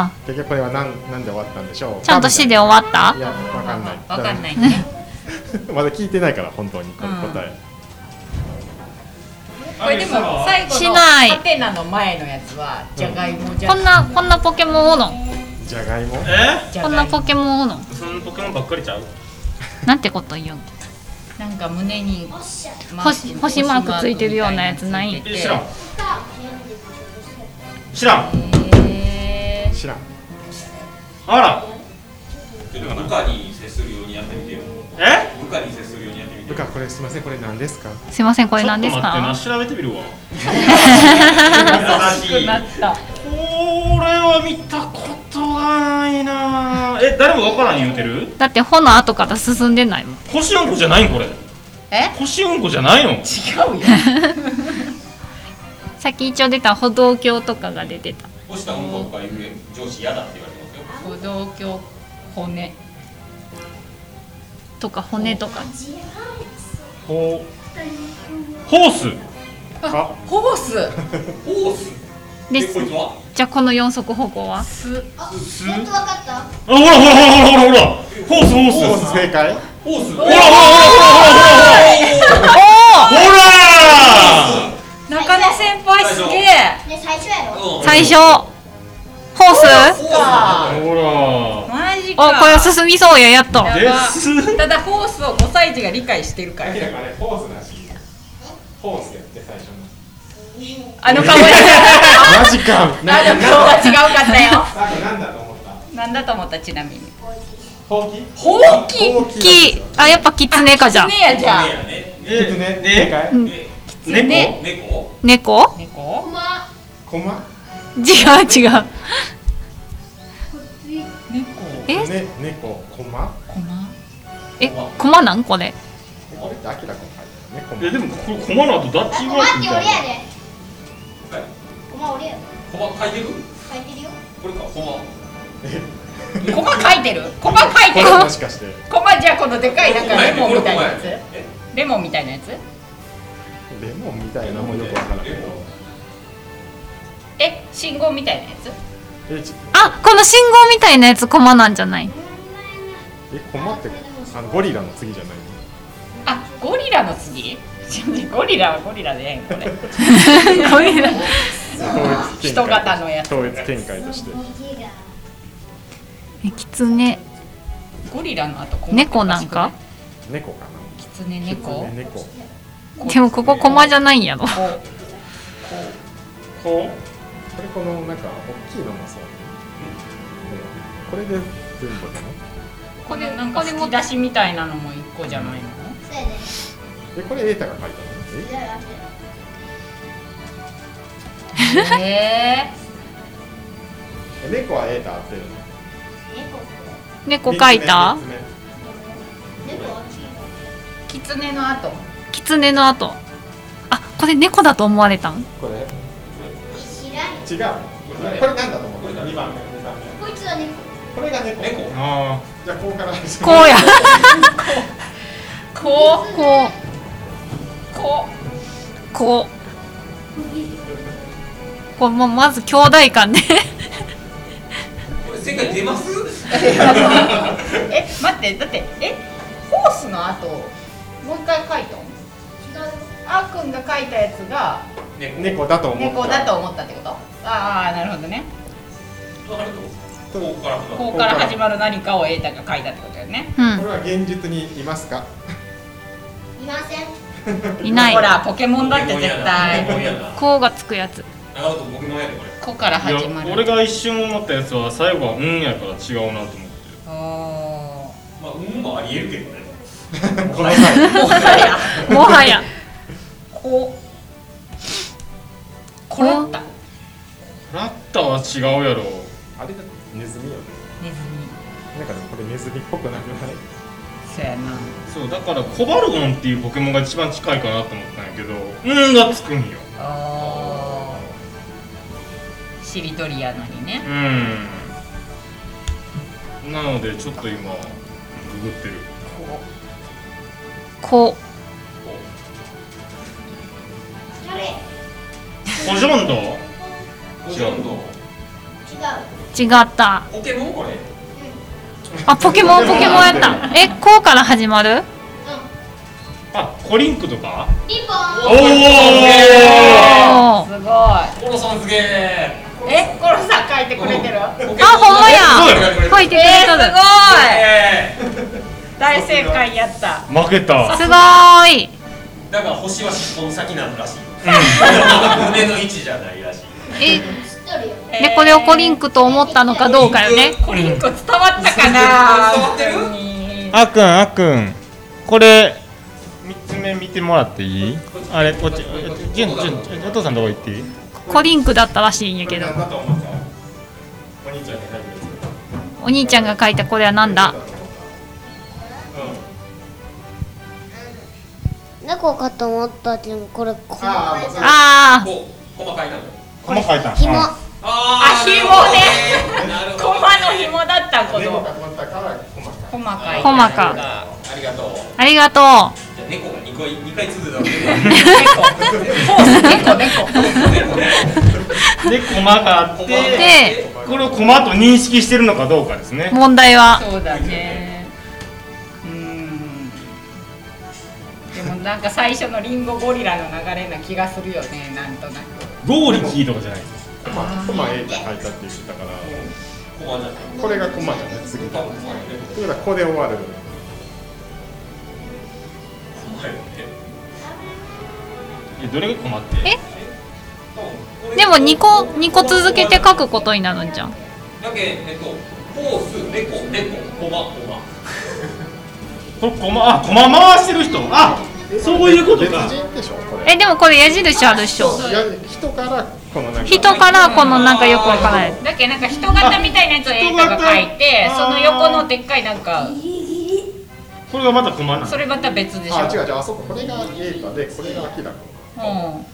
あ
結局これは何なんで終わったんでしょう
ーちゃんと死で終わった
いやわかんない
わかんないね
まだ聞いてないから 本当にこの答え、
これでも最後
し
の
ない
ハテナの前のやつはじゃがいもじゃ
こんなこんなポケモンおの
じゃがいも
え
じゃ
こん
が
ない
も
ポケモンおの
そのポケモンばっかりちゃう
なんてこと言うん
なんか胸にマ
星星マークついてるようなやつない
星マークみた
え
い
知らん
な
知
の
らん
ついててえー
知らん
あら
ちょっと部下に接するようにやってみてよ
え
部下に接するようにやってみて
部
よ
下これすいませんこれ何ですか
すいません
こ
これ何ですか
ちょっと待ってな調べてみるわ
優しい
なった
これは見たことがないなえ誰もわからん言うてる
だってほの後から進んでないもん
腰うんこじゃないんこれ
え
腰うんこじゃないの
違うよ
さっき一応出た歩道橋とかが出てた
押したうんことかいう上司嫌だって言われてますよ
歩道橋骨
とか骨とか
ほホース
あホース
ホース
で
えこいつは
じゃあこの四足歩行は
す
あ、やっとわかった
あほらほらほらほらほらホースホース
コース正解
ホース
ほらほらほらほらほらほらほらほ
中野先輩すげえ
ね、最初やろ
うん
最初ホース
ホース
ら
マジ
お
か
これ進みそうややっと
やば
です
ただホースを5歳児が理解してるから
らあれホースらしいホースやって最初の
あの顔は違う
マジか
あの顔は違うかったよ
さっきなんだと思った
なんだと思ったちなみに
ほうき
ほうき
ほう
きあやっぱキツネかじゃん
ねえやじゃん
きつね正解
猫
猫
猫
猫
こま
違う違う
猫
え
ね猫こま
えコマなんこれ
これってあきらくん入ったよ
いや
ね
でもこれコマの後ダッチワ
あ、ごまっ
ークみ
て
た
俺
いな
やでごま俺やで
コマ書
コマ書い
書いてるよ
いてるこれかコマ
てるコマ書いて
こ
る
れもしかして
コマじゃあこのでかいなんかレモンみたいなや
え
つレモンみたいなやつ
レモンみたいなもんよくわからないけど
え信号みたいなやつ
えち
あこの信号みたいなやつコマなんじゃない
えこまってあのゴリラの次じゃない
あゴリラの次ゴリラはゴリラでええんこれ
ゴリラ
の統一見解として
人型のやつ
統一見解として
えキツネ
ゴリラの後コマ
猫なんか
猫かな
キツネ猫
狐猫
でもここコマじゃないんやろ
こう
こ
これこのなんか大きいのもそうねこれで全部かな
これなんか引き出しみたいなのも一個じゃないの
そうやで
でこれエータが書いたのえ
じゃあ
へえ
え猫はエータ合ってるの
猫
猫描いた
三つ目三つ
猫は
キツネの後
キツネの後あこれ猫だと思われたん
目これ
知らん
違
よ
うこれなんだと思うこれ2番目二番目
こいつは猫
これが猫
猫
あ
じゃあこうから始め
こうや
こう
こ
こ
うこうこうもうまず兄弟感で
これ正解出ます
うえ待ってだってえホースの後もう一回書いたんあーくんが書いたやつが
猫
猫だと思った
猫だと思ったってことああなるほどね
わかるとここから
ここから始まる何かを瑛太が書いたってことよね
う
こ
ん
れは現実にいますか
いません
いない
ほらポケモンだって絶
ポケモ
対
ンやな
こうがつくやつ
長尾とポケモンやでこれ
ここから
あい
始ま
や
る
俺が一瞬思ったやつは最後は「うん」やから違うなと思って
おお
まあ運もありえるけどね
この際
もはや
もはや
ここれった
ラッタは違うやろ
あれだネズミよね
ネズミ
なんかでもこれネズミっぽくなくない
そうやな
そうだからコバルゴンっていうポケモンが一番近いかなと思ったんやけど「うん」がつくんよ
おーしりとりやのにね
うんなのでちょっと今ググってる
こ
どれ違う
コジョンド
ポケモンと
う違った
ポケモンこれ
あポケモンポケモンやったえこうから始まる
あコリンクとか
ピンポ
お
ーン
お
お
す
ー
ごい
コロさんすげえ
えこのさ書いてくれてる
ポケモン
あほんま
す
や
ご
書
い
いてくれ
えー、
と
す
る
ごい
え
大正解やった
負けた
すごーい
ーだから星は尻尾の先なのらしい胸の位置じゃないらしい
え
知っとるよ
ね、これをコリンクと思ったのかどうかよね。
コリンク伝わったかな
伝わってる
本当に
あくんあくんこれ3つ目見てもらっていい
こっち
あれこっち
こっち
え
こっち
じゅんじゅんじゅんお父さんどこ行っていい
コリンクだったらしいんや
これ
けど、
なんだと思ったお兄ちゃんに入るやつ
お兄ちゃんが書いたこれはなんだ。
猫かと思ったけどこれこ
ああもう
あ
こう細かいなの
これ書いたん
紐
うん
あ
あ
ー
紐
ねなるほ
コ
どね
マの紐だったこの細かい
細か
ありがとう
ありがと
じゃあ猫が2回二回ついてたの
猫
で
猫
猫ね
でコマがあっ
う
て
で
これをコマと認識してるのかどうかですね
問題は
そうだねうーんでもなんか最初のリンゴゴリラの流れな気がするよねなんとなく
ゴーリキーとかじゃないです
まあコマ A が書いたって言ってたから
コマじゃない
これがコマじゃない次
多
だ
分コマよね
ということはここで終わる
コマよね
えどれがコマって
えでも2個2個続けて書くことになるんじゃん
だけえっとホース猫猫コマコマ
これコマあコマ回してる人あそういうことか
別人でしょこれ
えでもこれ矢印あるっしょ
いや人からこのなんか
人からこのなんかよくわからない
だけどなんか人型みたいなやつをエイタが書いて
あ人
そ
型
の横のでっかいなんか
これがまたコマなの
それまた別でしょ
あ違う違うあそここれがエータでこれがアキラ
うん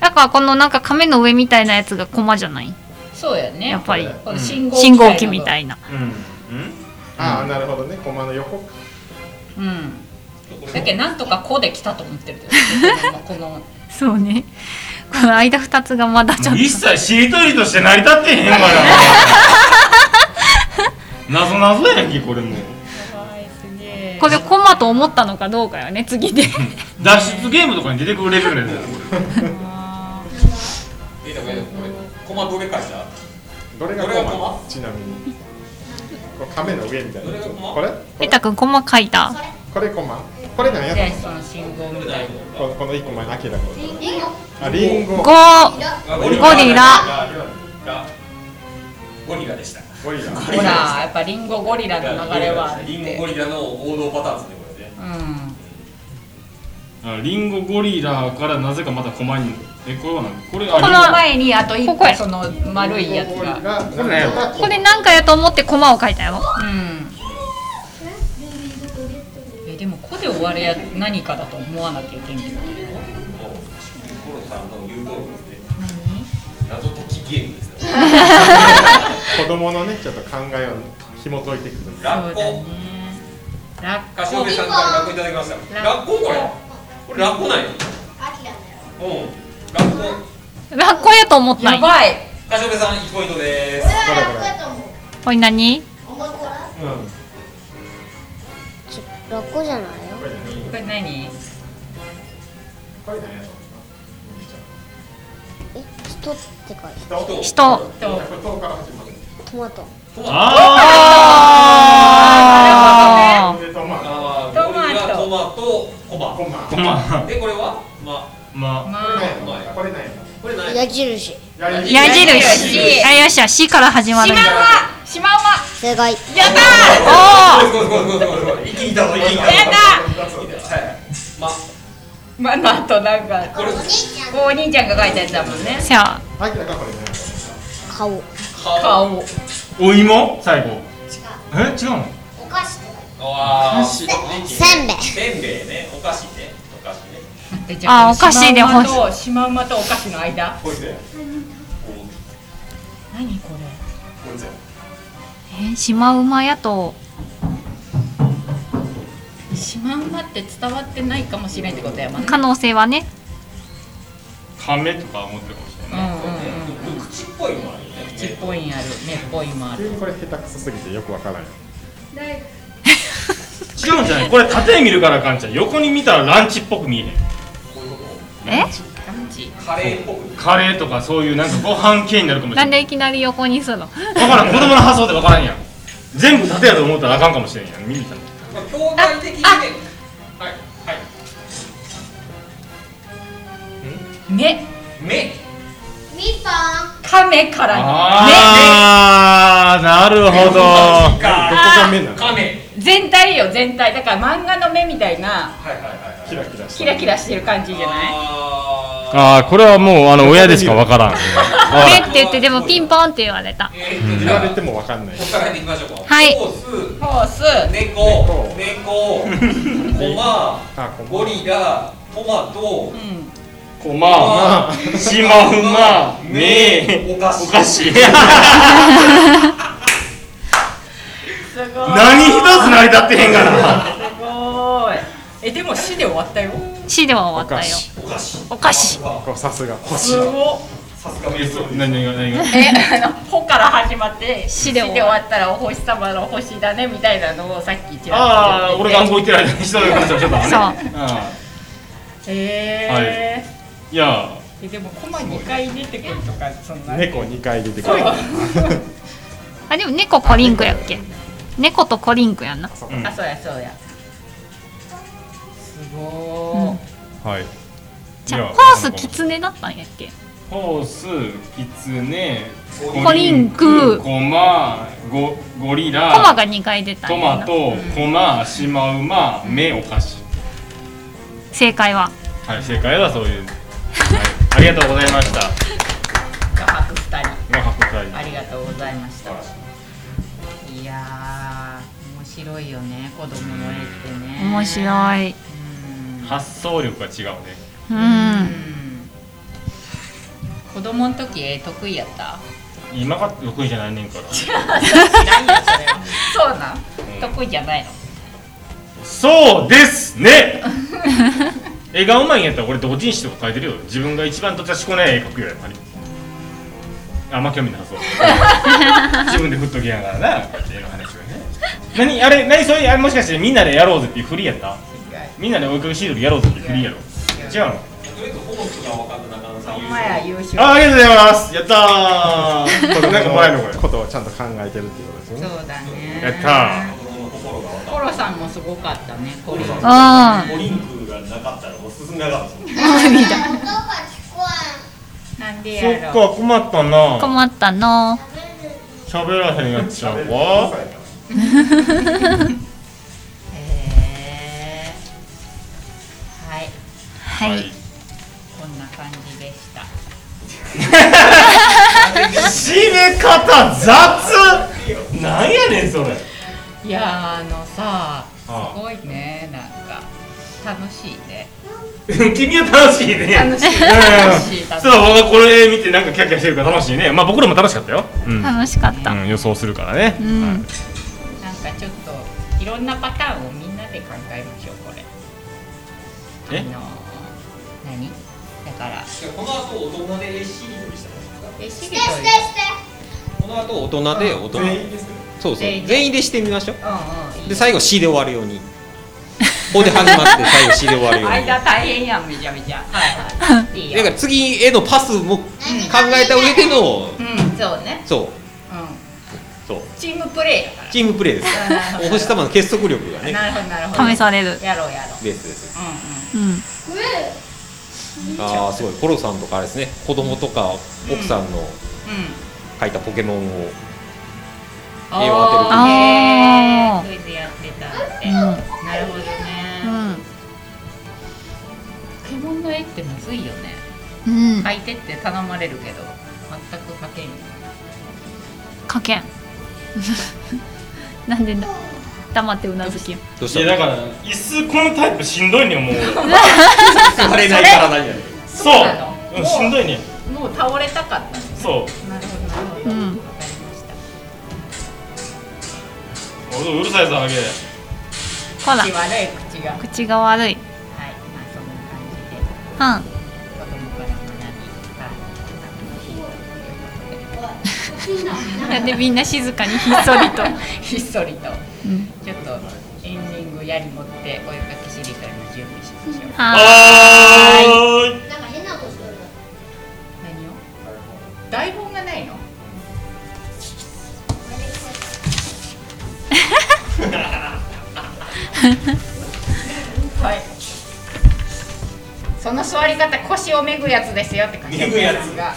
だからこのなんか亀の上みたいなやつが駒じゃない
そうやね
やっぱり
この
信号機み
い
たいな
うんうん
ああなるほどねコマの横
なのうんだけどなんとか「こ」で来たと思ってるけどこの
そうねこの間2つがまだちょ
も
っ
う一
と
切しりとりとして成り立ってへんから なぞなぞやんけこれもう
これ駒と思ったのかどうかよね次で
脱出ゲームとかに出てくるレベルですよこれ
えだけどこれコマどれ返した
どれが
どれが
コ
コ
マ
マ
ちなみにこれ亀の上みたいなやつ
どれがコマ
これ
えたくん駒書いた
これコマこれ何や
じゃあ
つ
その信号みたいな
このこの一個前のアキラあリンゴゴ
5
ゴ
ゴリラ
ラゴリラでした
リラ
ほらやっぱリンゴゴリラの流れはあるっ
リンゴ
て
ゴリラの王道パターンですねこれね
うん
あリンゴゴリラからなぜかまたコマにえこれは何これあ
こ
リン
の
ゴ
前にあと一
ここ
個
や
その丸いやつ
ゴリラ
が
なん
これね
とか
これなんかやと思って駒を書いたよ
うんえでも「こ」で終わるや何かだと思わなきゃいけない
もうコロさんの言う通りですね謎解きゲームですね
子供のねちょっと考えを紐解いていくと
ラ
そ
ッ
うだ
コ
ねラッ
柏木さんからラッコいただきましたラッコこれこれラッコなんやうんラッコ
ラッコやと思っ
コ
たん
や
よ
ばい
柏木さん1ポイントです
これ何
ラッコじゃないよ
これ何
え人ってか
人
と
トマト
あ
でトマ
あーゴリラトマトコマ
コマ
コマ
えこれはま
ま
まあ
これなんや
これない
矢印
ー
矢
矢
印
印あよっしゃ C から始ま
シ
るん
マウ
だ
マシマウマ
正解
やったー
お
すごいすごいすごいすごい一気にいたぞ一気にいた
や
ぞ
った
はいま
ママとなんか
これ
お兄ちゃんが書いたやつだもんね
ーじゃあ
アキラがこれね
顔
顔
顔
お芋最後え違うの
お菓子
あーせ
せんべい
せんべいねお菓子ねお菓子ね
あお菓子で欲し
い
い
シマウマとお菓子の間
こいつだよ
何これ
こいつだよ
えシマウマやと
シマウマって伝わってないかもしれないってことやもんね
可能性はね
亀とか思ってるかもしれ
う
ない
んうんうん
口っぽいもあるよね
口っぽいんある目っぽいもある
急にこれ下手くそすぎてよくわからない
違うんじゃないこれ縦見るからあかんちゃん横に見たらランチっぽく見えへん
こういうこ
え
ランチ
とカレーっぽく
カレーとかそういうなんかご飯系になるかもし
な
れ
ん
な
で
い
いきなり横にするの
分からん子供の発想って分からんやん全部縦やと思ったらあかんかもしれんやん見に行ったら
まあ境界的にねはいはい
目
目
亀から
あーなるほ
どこ
が目なの
カメ
目全体よ全体だから漫画の目みたいな
はいはいはいはい
キラキラして
キラキラしてる感じじゃない
あ
ああこれはもうあの親でしか分からん
目って言ってでもピンポンって言われた
ーえーっとじ
言わ
ゃあ
れてもわかんない
こっから入っていきましょうか
はい
ホース
ホース
猫
猫
猫コマ
あコマ
ゴリラトマト
うん
こましまうまめ
おかしい
おかしい
すごい
何一つ成り立ってへんがな
すごいえでも死で終わったよ
死では終わったよ
おかしい
お菓子
こうさすが
すごっ
さすが
えそう何何が何が
えあの「ほ」から始まって「
死
死」
で
で終
終わる
わったら「お星様の星だね」みたいなのをさっきちらっと
ああ
言っ
俺
て
が暗号言ってる間に下の話をしてたわね
そう
あ
へ
ーいや
えでもコマ2回出てくるとかそんな
猫2回出てく
そう
る
あでも猫コリンクやっけ猫とコリンクやんな
うん
あそうやそうやすごー、
うん
はい
じゃあホースキツネだったんやっけ
ホース、キツネ、
コリンク
コマ、ゴゴリラ、
コマが2回出た
ト
んや
マ
な
ト、コマ、シマウマ、メ、お菓子。
正解は
はい、正解はそういう。はい、ありがとうございました。
画伯2人
が白菜。
ありがとうございましたいやー面白いよね子供の絵ってね
面白い
うん
発想力が違うね。
う
うんん子供の時絵得意やった
今が得意じゃないねんから。
知らんよそれはそうなん、
うん
得意じゃないの
そうですね。 絵がうまいんやったら俺同人誌とか書いてるよ自分が一番とちゃしこない絵描くよやっぱりあんま興味なさそう自分で振っときながらなこうやって絵の話をね何あれ何それあれもしかしてみんなでやろうぜっていうフリやったみんなで追いかけシードルやろうぜっていうフリやろ違うの
とりあえずホースが分かった中野さん優
まや
勝
優秀
あありがとうございますやったーなんかもらえるのこれ
ことをちゃんと考えてるっていうことですよ
そ
ね
うだね
やった
子供の心が分か
コロさんもすごかったねコロさん
うんあ
るコリンクがなかったらもう進んでなかったです
音が聞こ
なんで
ーそ
や
っ
ろう
か困ったな
困っ たの
えん。
喋らへんやっちゃうわ
へーはい
はい
こんな感じでした
締め方雑なんやねんそれ
いやーあのさ
ああ
すごいねなんか楽しいね
君は楽しいね
楽しい楽し
うん
い楽し
そう
い
僕がこれ見てなんかキャッキャしてるから楽しいねまあ僕らも楽しかったよ、うん
楽しかった、
うん予想するからね、
うん
は
な
い
んかちょっといろんなパターンをみんなで考えましょうこれ
え
あのー何だから
しこの後大人で絵シリーズにしたの
えし
し
り
て
とり
してして。
この後大人で大人
全員ですね
そうそう
全員で
全員でしてみましょう
うんうんいい
で最後 C で終わるようにここで始まって最後 C で終わるように
間大変やんめちゃめちゃはいはいいい
だ
よ
から次へのパスも考えた上での
うんそうね
そう
うん
そう
チームプレーやから
チームプレーです
あー
お星様の結束力がね
なるほどなるほど
試される
やろうやろう
ですです
うんうん
うん
ああすごいコロさんとかあれですね子供とか奥さん
う
の
ん
描いたポケモンを
あ
絵を当てると
あ
あー
クイズやってたって、
うん
なるほど
う
ね、
ん
ポケモンの絵ってむずいよね
うん
描いてって頼まれるけど全く描けん
かけんなんでな黙ってうなずき
どうし
い
た
やだから椅子このタイプしんどいねんもう
られない体になる
そう
そうなの
うんしんどいねん
もう倒れたかった
そう
なるほどなるほど、
うん
わかりました
おうるさいぞハゲ
ほら
口悪い口がはい
口が悪い
まあそんな感じで
うん
子供から学びはい楽しいということで
なんでみんな静かにひっそり と、
ひっそりと
うん、
ちょっとエンディングやり持ってお絵かきしりとりの準備しましょう
は
はーい
なんか変なこと言うの。
何を台本がないのはいその座り方腰をめぐやつですよって書いてあるやつが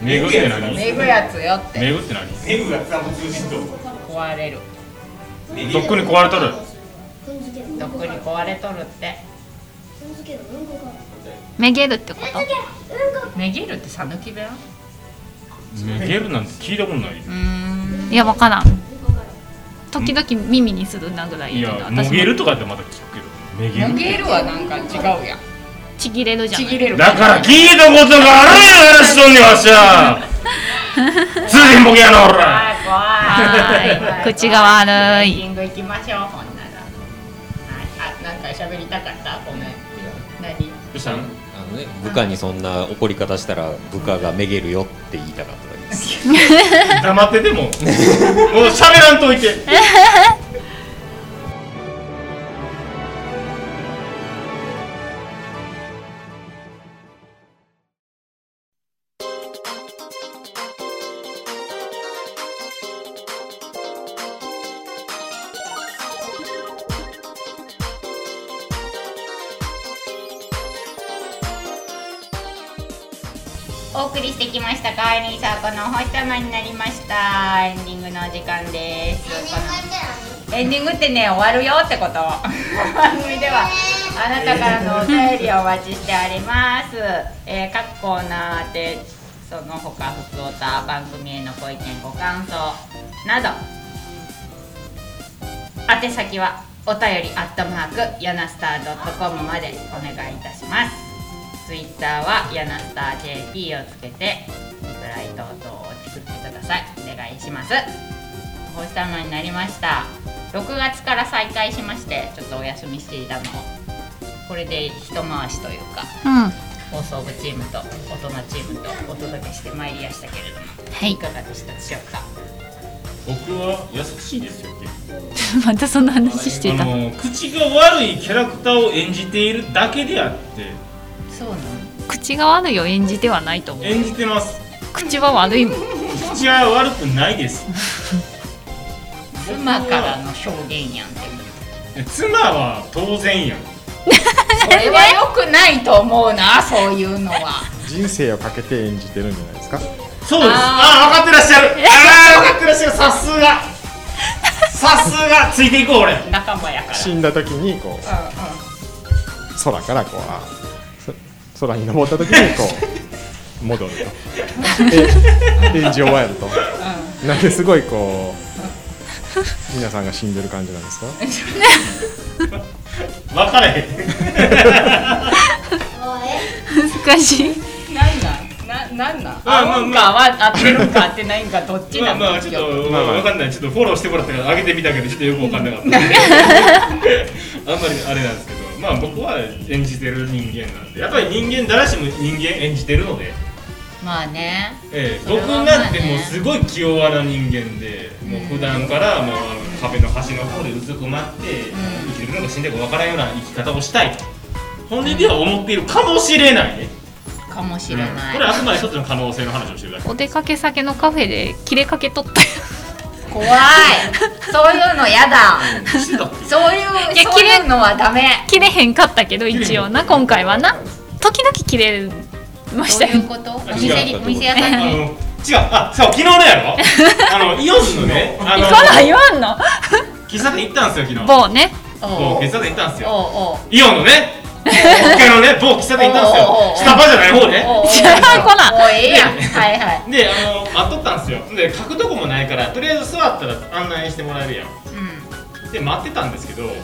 めぐって何
めぐやつよって
めぐって何
ネグがつなぐ通信と
壊れる
ネギ
とっくに壊れとる
踏んづける。
どっくに壊れとるって
踏んづける。うんこか。
いめげるってこと
うんこ。
めげるってさぬき弁
めげるなんて聞いたことないよ
うーん
いやわからん時々耳にするなぐらい
い
やけど
やも
も
げるとかってまだ聞くけどめげる
もげるはなんか違うやん
ちぎれるじゃん。
ちぎれ
だから聞いたことがあるんや話しとんねんわっしゃ 通天ボケやなほら
はーい口が悪い
エンディング行きましょうほんならはいあなんか喋りたかったごめん何
どうしたん
あのね部下にそんな怒り方したら部下がめげるよって言いたかっただけです
黙っててももう喋らんといて
お送りしてきましたかエリーサーコの星様になりましたエンディングのお時間ですエンディングってね終わるよってこと番組ではあなたからのお便りをお待ちしております、えー各コーナーでその他ふつおた番組へのご意見ご感想など宛先はお便りアットマークヤナスター .com までお願いいたしますツイッターはヤナスター JP をつけてリプライ等々を作ってくださいお願いしますこうしたのになりました6月から再開しましてちょっとお休みしていたのをこれで一回しというか
うん
放送部チームと大人チームとお届けしてまいりましたけれども、
はい
かがでしたでしょうか
僕は優しいですよ結構
またそんな話して
あ
た
の口が悪いキャラクターを演じているだけであって
そうなの
口が悪いを演じてはないと思う
演じてます
口は悪いもん
口は悪くないです
妻からの表現やんって
妻は当然やん
それは良くないと思うなそういうのは
人生をかけて演じてるんじゃないですか
そうですああ分かってらっしゃるああ分かってらっしゃるさすがさすがついていこう俺
仲間やから
死んだ時にこう空からこうあそ空に登った時にこう 戻る とえ演じ終わるとなんですごいこう皆さんが死んでる感じなんですか
分からへん
難しい
なんなんななんなん
まあまあ
合うんかは合ってるんか合ってないんかどっち
ま
な
あ
の
まあちょっと、まあ、分かんないちょっとフォローしてもらったから上げてみたけどちょっとよく分かんな かったあんまりあれなんですけどまあ僕は演じてる人間なんでやっぱり人間誰しも人間演じてるので、
まあね
ええ
それ
僕
はまあね
なんてもうすごい気弱な人間でもう普段からもう壁の端の方でうずくまって生きてくのか死んでるか分からんような生き方をしたいと本音では思っているかもしれないね、
かもし
うん
れ
こ
ない、
れはあくまで一つの可能性の話をしてるだけ
お出かけ先のカフェで切れかけとった よ
怖いそういうのやだ
してたって
そういう
いや
そういうのはダメ
切れへんかったけど一応な今回はな時々切れました
どうい
よ
うことお
違う
店にお店屋さん
あの
に
違う、あ、そう、昨日のやろあの、イオンズのね、あ
行
の
かない言わんの
喫茶店行ったんですよ、昨日
某ね
某
おう
喫茶店行ったんですよ
おうおう
イオンのね、一回のね、某喫茶店行ったんです
おうおうお
よ
う
スタバじゃない方ね
おうおう
じゃあ こら
もうええやんはいはい
で、あの、待っとったんですよで、書くとこもないから、とりあえず座ったら案内してもらえるやん
うんうん
で、待ってたんですけど
うん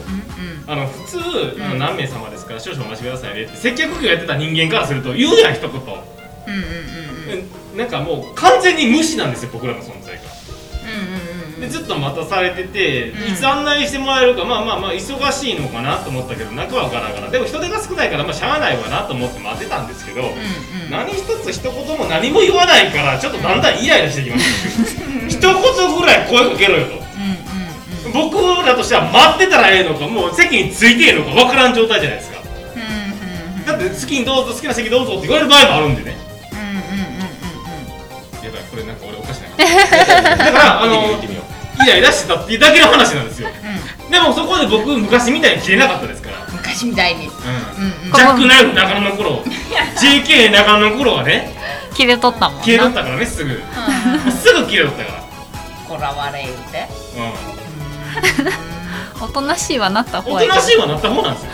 あの、普通、あの何名様ですから少々お待ちくださいねって接客業やってた人間からすると言うやん、一言
うんうんうんうん
うんなんかもう完全に無視なんですよ、僕らの存在が
うんうんうん
でずっと待たされてて、
うん
いつ案内してもらえるかまあまあまあ忙しいのかなと思ったけど中はガラガラでも人手が少ないからまあしゃあないわなと思って待ってたんですけど、
うんうん
何一つ一言も何も言わないからちょっとだんだんイライラしてき ました、一言ぐらい声かけろよと
うんうん
僕らとしては待ってたらええのかもう席についてええのか分からん状態じゃないですか
うん
だって好きにどうぞ好きな席どうぞって言われる場合もあるんでね
うん
やばいこれなんか俺おかしな だからあの
行ってみよう
イライラしてたっていうだけの話なんですよでもそこで僕昔みたいに切れなかったですから、
昔みたいにうん
ジャックナイフ中野の 頃 JK 中野の頃はね
切れとったもん
消えとっ
な
たからねすぐすぐ切れとったから
こらわれ言うて
おとなしいはなった
うん
方
お
がい
と
い
なしいはなった方なんですよ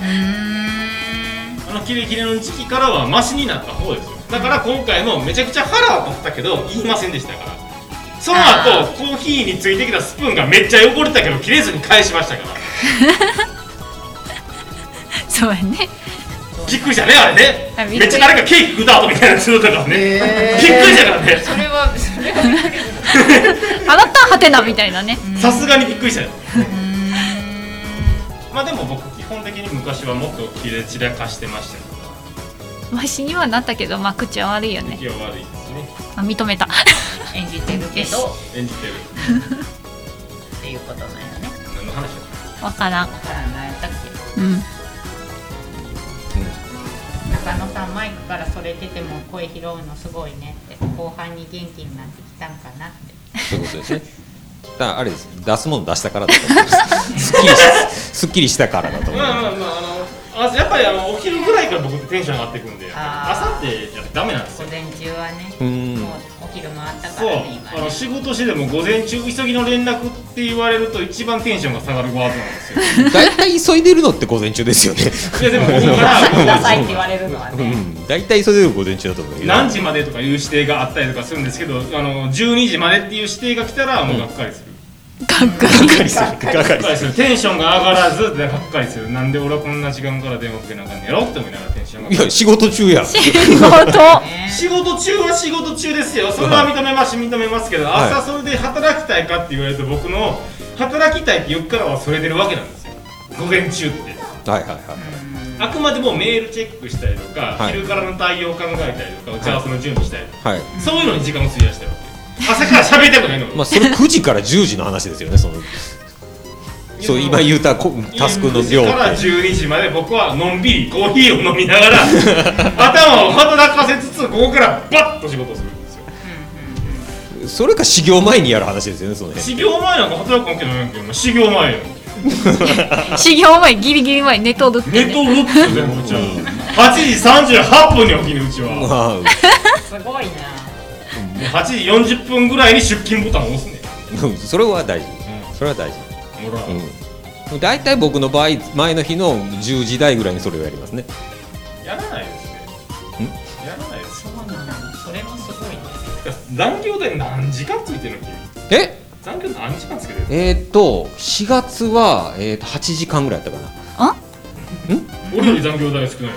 うーん
あのキレキレの時期からはマシになった方ですよだから今回もめちゃくちゃ腹は立ったけど言いませんでしたからその
あ
後コーヒーについてきたスプーンがめっちゃ汚れたけど切れずに返しましたから
そうやね
そう
びっくりしたねあれ
あび
ねめ
っくり
っちゃ誰かケーキ食うた後みたいなやつだからね、びっくりしたからね
それはそれは
あなたはてなみたいなね。
さすがにびっくりしたよまあでも僕基本的に昔はもっと切れ散らかしてましたよ
わしにはなったけど、まあ、口は悪いよね。
気は悪いですね
あ、認 めた。
演じてるけどっ
演じてる
ていうことなんよね
何の話だ
わからん。
だから何やったっけ
うん。
中野さんマイクからそれ出ても声拾うのすごいねって後半に元気になってきたんかなって
そういうことですね。だからあれです。出すもの出したからだと思います。すっきりし すっきりしたからだと思い
まあ
ま
まあまああのあやっぱりあのお昼ぐらいから僕ってテンション上がっていくんで
あ
朝ってやっぱダメなんです
午
よ
前中はね
す。うん。
もうお昼回ったか
そう
らね今
あの
ね
仕事してでも午前中急ぎの連絡って言われると一番テンションが下がるワードなんですよ
だいたい急いでるのって午前中ですよね。
いやでも ここから
くださいって言われるのは
う
ね
ん。だいたい急いでるの午前中だと思うけど。
何時までとかいう指定があったりとかするんですけどあの12時までっていう指定が来たらもうがっかりする、
かっこいい。
がっかりする。がっか
がっ
り
かりするテンションが上がらずでがっかりするなんで俺はこんな時間から電話かけなあかんのやろって思いながらテンションが
い
上が
や
る
仕事中や。
仕事。
仕事中は仕事中ですよそれは認めます認めますけど
はい
朝それで働きたいかって言われると僕の働きたいって言うからはそれてるわけなんですよ午前中って
はいはいはい。
あくまでもメールチェックしたりとか、
はい
昼からの対応考えたりとか打ち合わせの準備したりとか、
はい。
そういうのに時間を費やしてるわけ朝から喋りたくないの
まあそれ9時から10時の話ですよね。そのそう今言うたこタスクの量
10時から
って。
12時まで僕はのんびりコーヒーを飲みなが ら頭を働かせつつここからバッと仕事をするんですよ
それか始業前にやる話ですよね。そのね。
修行前なんか働くわけないんやけど修行前やん
修行前、ギリギリ前、寝とるって、
ネッ
ね。
トを打つよねうちは8時38分に起きるうちは
まあ
すごいな
8時40分ぐらいに出勤ボタンを押すね
うんそれは大事。それは大事。
んほら、
うん、大体僕の場合前の日の10時台ぐらいにそれをやりますね
やらないですねやらないです
そうなのそれもすごいね
残業で何時間ついてるの君
え
残業何時間つけてる
えーっと4月は、えーっと8時間ぐらいやったかな
俺より残業代少ないんですよ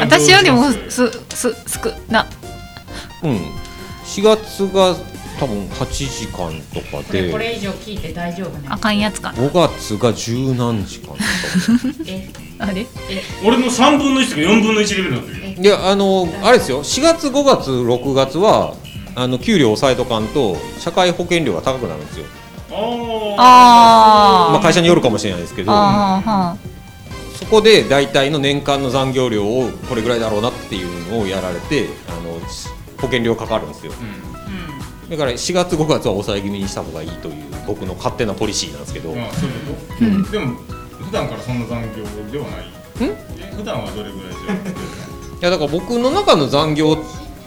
ん私よりも
残業し
す、す、すく、な。
うん4月が多分8時間とか
これこ
で
れ以上聞いて大丈夫ね
あかんやつか。
5月が十何時間とか
え
あれ
俺の3分の1とか4分の1レベルになってるよ
いやあのあれですよ4月5月6月はあの給料抑えとかんと社会保険料が高くなるんですよ、まあ、
あー。
会社によるかもしれないですけど
あーは
そこで大体の年間の残業量をこれぐらいだろうなっていうのをやられてあの保険料かかるんですよだから4月5月は抑え気味にした方がいいという僕の勝手なポリシーなんですけど、
うん、まあそういうこと、でも普段からそんな残業ではないえ普段はどれぐらい じゃん
いやだから僕の中の残業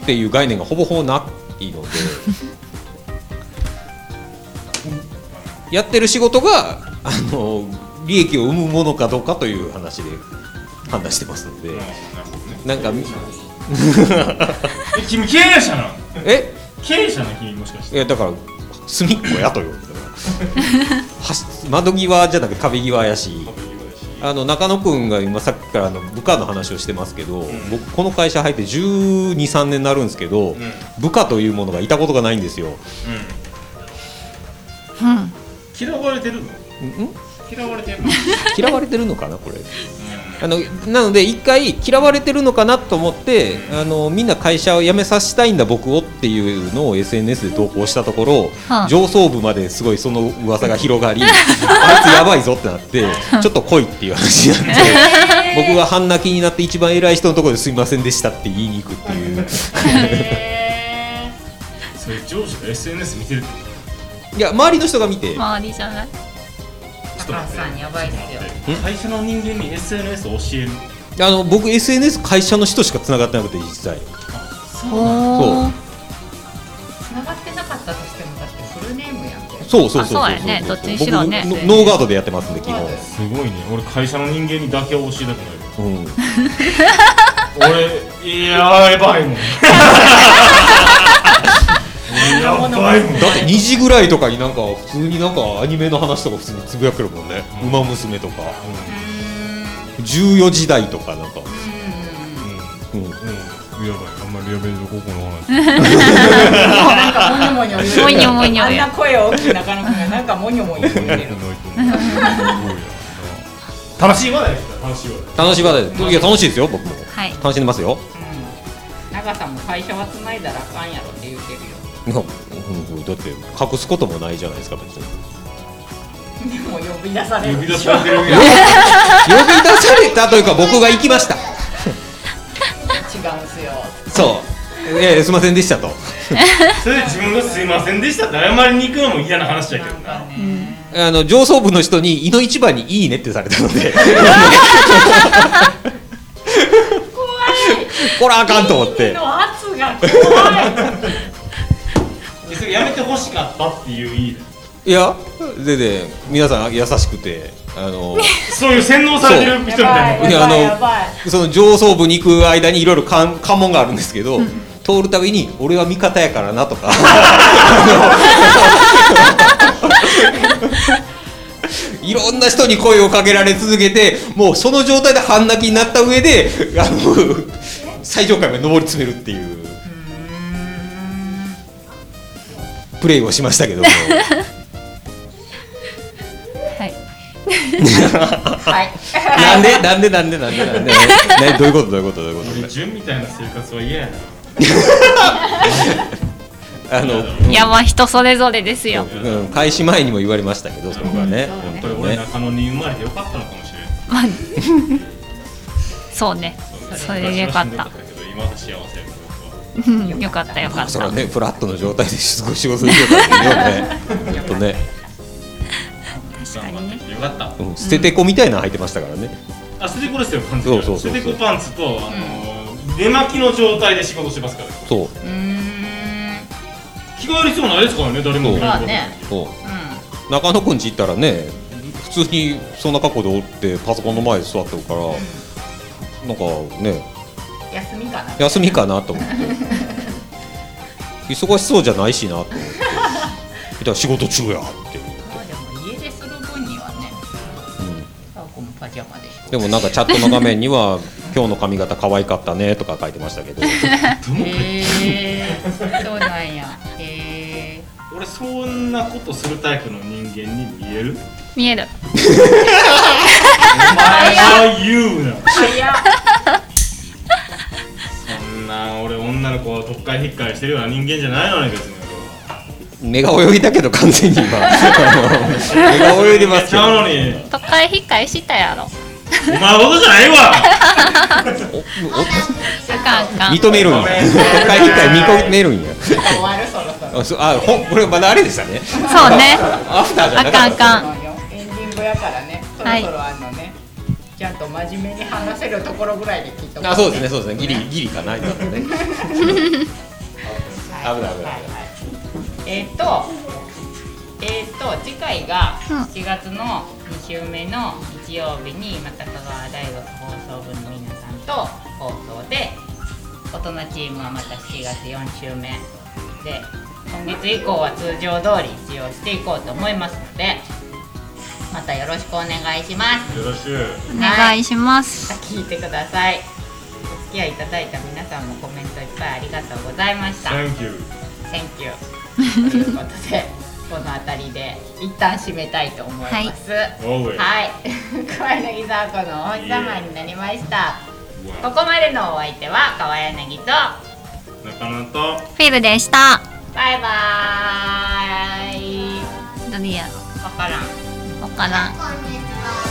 っていう概念がほぼほぼない のでやってる仕事があの利益を生むものかどうかという話で判断してますので、
うんなるほどね
なんか
え君経営者なの
え
経営者の君もしかし
い
て
やだから隅っこやとよだから端窓際じゃなくて壁際やしあの中野くんが今さっきからあの部下の話をしてますけど、僕この会社入って1 2 3年になるんですけど、部下というものがいたことがないんですよ。
あ。うん。
嫌われてるの
ん
嫌われてる
嫌われてるのかなこれあのなので一回嫌われてるのかなと思ってあのみんな会社を辞めさせたいんだ僕をっていうのを SNS で投稿したところ、
はあ
上層部まですごいその噂が広が りあいつやばいぞってなってちょっと来いっていう話になって 僕が半泣きになって一番偉い人のところですいませんでしたって言いに行くっていう
それ上司が SNS 見てるって
いや周りの人が見て
周りじゃない。
ちょっと待っ
高橋
て
さんやばいですよ
ちょっと待って会社の人間に SNS を教える
あの僕 SNS 会社の人しかつながってなくて実際
おー。
繋がってなかったとしてもだってフルネームやんけ
そうそうそう
あそうやねどっちにしろね
僕ノノーガードでやってますんで基本
すごいね俺会社の人間にだけは教えたくない
うん
俺いややばいもんやばいもん
だって2時ぐらいとかになんか普通になんかアニメの話とか普通につぶやけるもんね「ウマ娘」とか、14時台とかなんか、うん
うん、やばい、あんまり呼べんぞ、ここの話。
なんかモニョモニョ言う
もにょもにょ
あん
や
な声大きい中野くんがなんかモニョモニョ言うてる
楽しい話題ですから楽しい話題
楽しい話題ですいや楽しいですよ僕も
はい
楽しんでますよ
長さんも会社は繋いだらあかんやろって言うてるよ
いやうんだって隠すこともないじゃないですか別に
でも呼び出され
呼
る
び出されてるんや
呼び出されたというか僕が行きました
違うんすよ
そうええすいませんでしたと
それで自分がすいませんでしたって謝りに行くのも嫌な話だけどな
あの上層部の人に「井の一番にいいね」ってされたので こらあかんと思って
の圧が怖い
でそれやめてほしかったっていういい
いや全然皆さん優しくてあの
そういう洗脳されてる人みたいな
やば
や
いや
ばい
その上層部に行く間にいろいろ関関門があるんですけど通るたびに「俺は味方やからな」と かあのいろんな人に声をかけられ続けてもうその状態で半泣きになった上であの最上階まで上り詰めるっていうプレイをしましたけども
はい
はい
なんでなんでなんでなんでなんで ねどういうことどういうことどういうこと
俺純みたいな生活は嫌やな
あの、
いやまあ人それぞれですよ
うん、開始前にも言われましたけど、そこはね、
本当に
本当に
俺
ね。
中野に生まれてよかったのかもしれない
そうねそれでよかっ
昔は
た
しんどけど今は幸せやから僕は
うんよかったよかっ
それ
た
はね、フラットの状態で仕事仕事できるからね、本当ね、
確かに
頑張っ
ね
てきてよかった
うん、捨ててこみたいなの履いてましたからね。
あ、ステコですよ、完
そ
全
うそ
に。
う
ス
そう
テコパンツと、あの、出巻きの状態で仕事してますから。
そう、
うーん
着替える必要ないですからね、誰も。
そう
まあね
そう、中野くんち行ったらね、普通にそんな格好でおって、パソコンの前で座ってるから。なんかね、
休みかな
休みかなと思 って。忙しそうじゃないしなと思って。 いたら仕事中やって。
まあでも家でする分にはねあこもパジャマでしょ
でもなんかチャットの画面には 「今日の髪型可愛かったね」とか書いてましたけど
へえー、そうなんやへえ
俺、そんなことするタイプの人間に見える。
見える
お前は言うな。
ー、いや
そんな、俺、女の子をとっかえひっかえしてるような人間じゃないのに、別に。
目が泳いだけど完全に今 目が泳いでます
ち
け
ゃう
ど
のに。
都会引っかえしたやろ
お前ほどじゃないわ。
あかんあかん
認めるん や
ごめん
国会議会認めるんや
終わるそろそろ
あそあほんこれまだあれでしたね
そうね
アフターじゃ
あか
なか
ん
っ
あ
た
かん
そうよエンディングやからねそろ
はい
そろあのね、ちゃんと真面目に話せるところぐらいで聞いとこ
あそうですねそうですねギリギリかな今 のね
はい
危ない危
は
ない
いはいえっ、とえっ、と次回が
うん
7月の2週目の日曜日にまた香川大学放送部の皆さんと放送で大人チームはまた7月4週目で今月以降は通常通り一応していこうと思いますのでまたよろしくお願いします。
よろしゅう。
お願いします
聞いてくださいお付き合いいただいた皆さんもコメントいっぱいありがとうございました
Thank you。
Thank you ということでこの辺りで一旦締めたいと思いますは
Always。
い小柳沢子のお星様になりましたこ
わ
こまでのお相手は川柳と
中野と。
フィルでした
バイバーイ
どれやろ
わからん
わからん
こんにちは。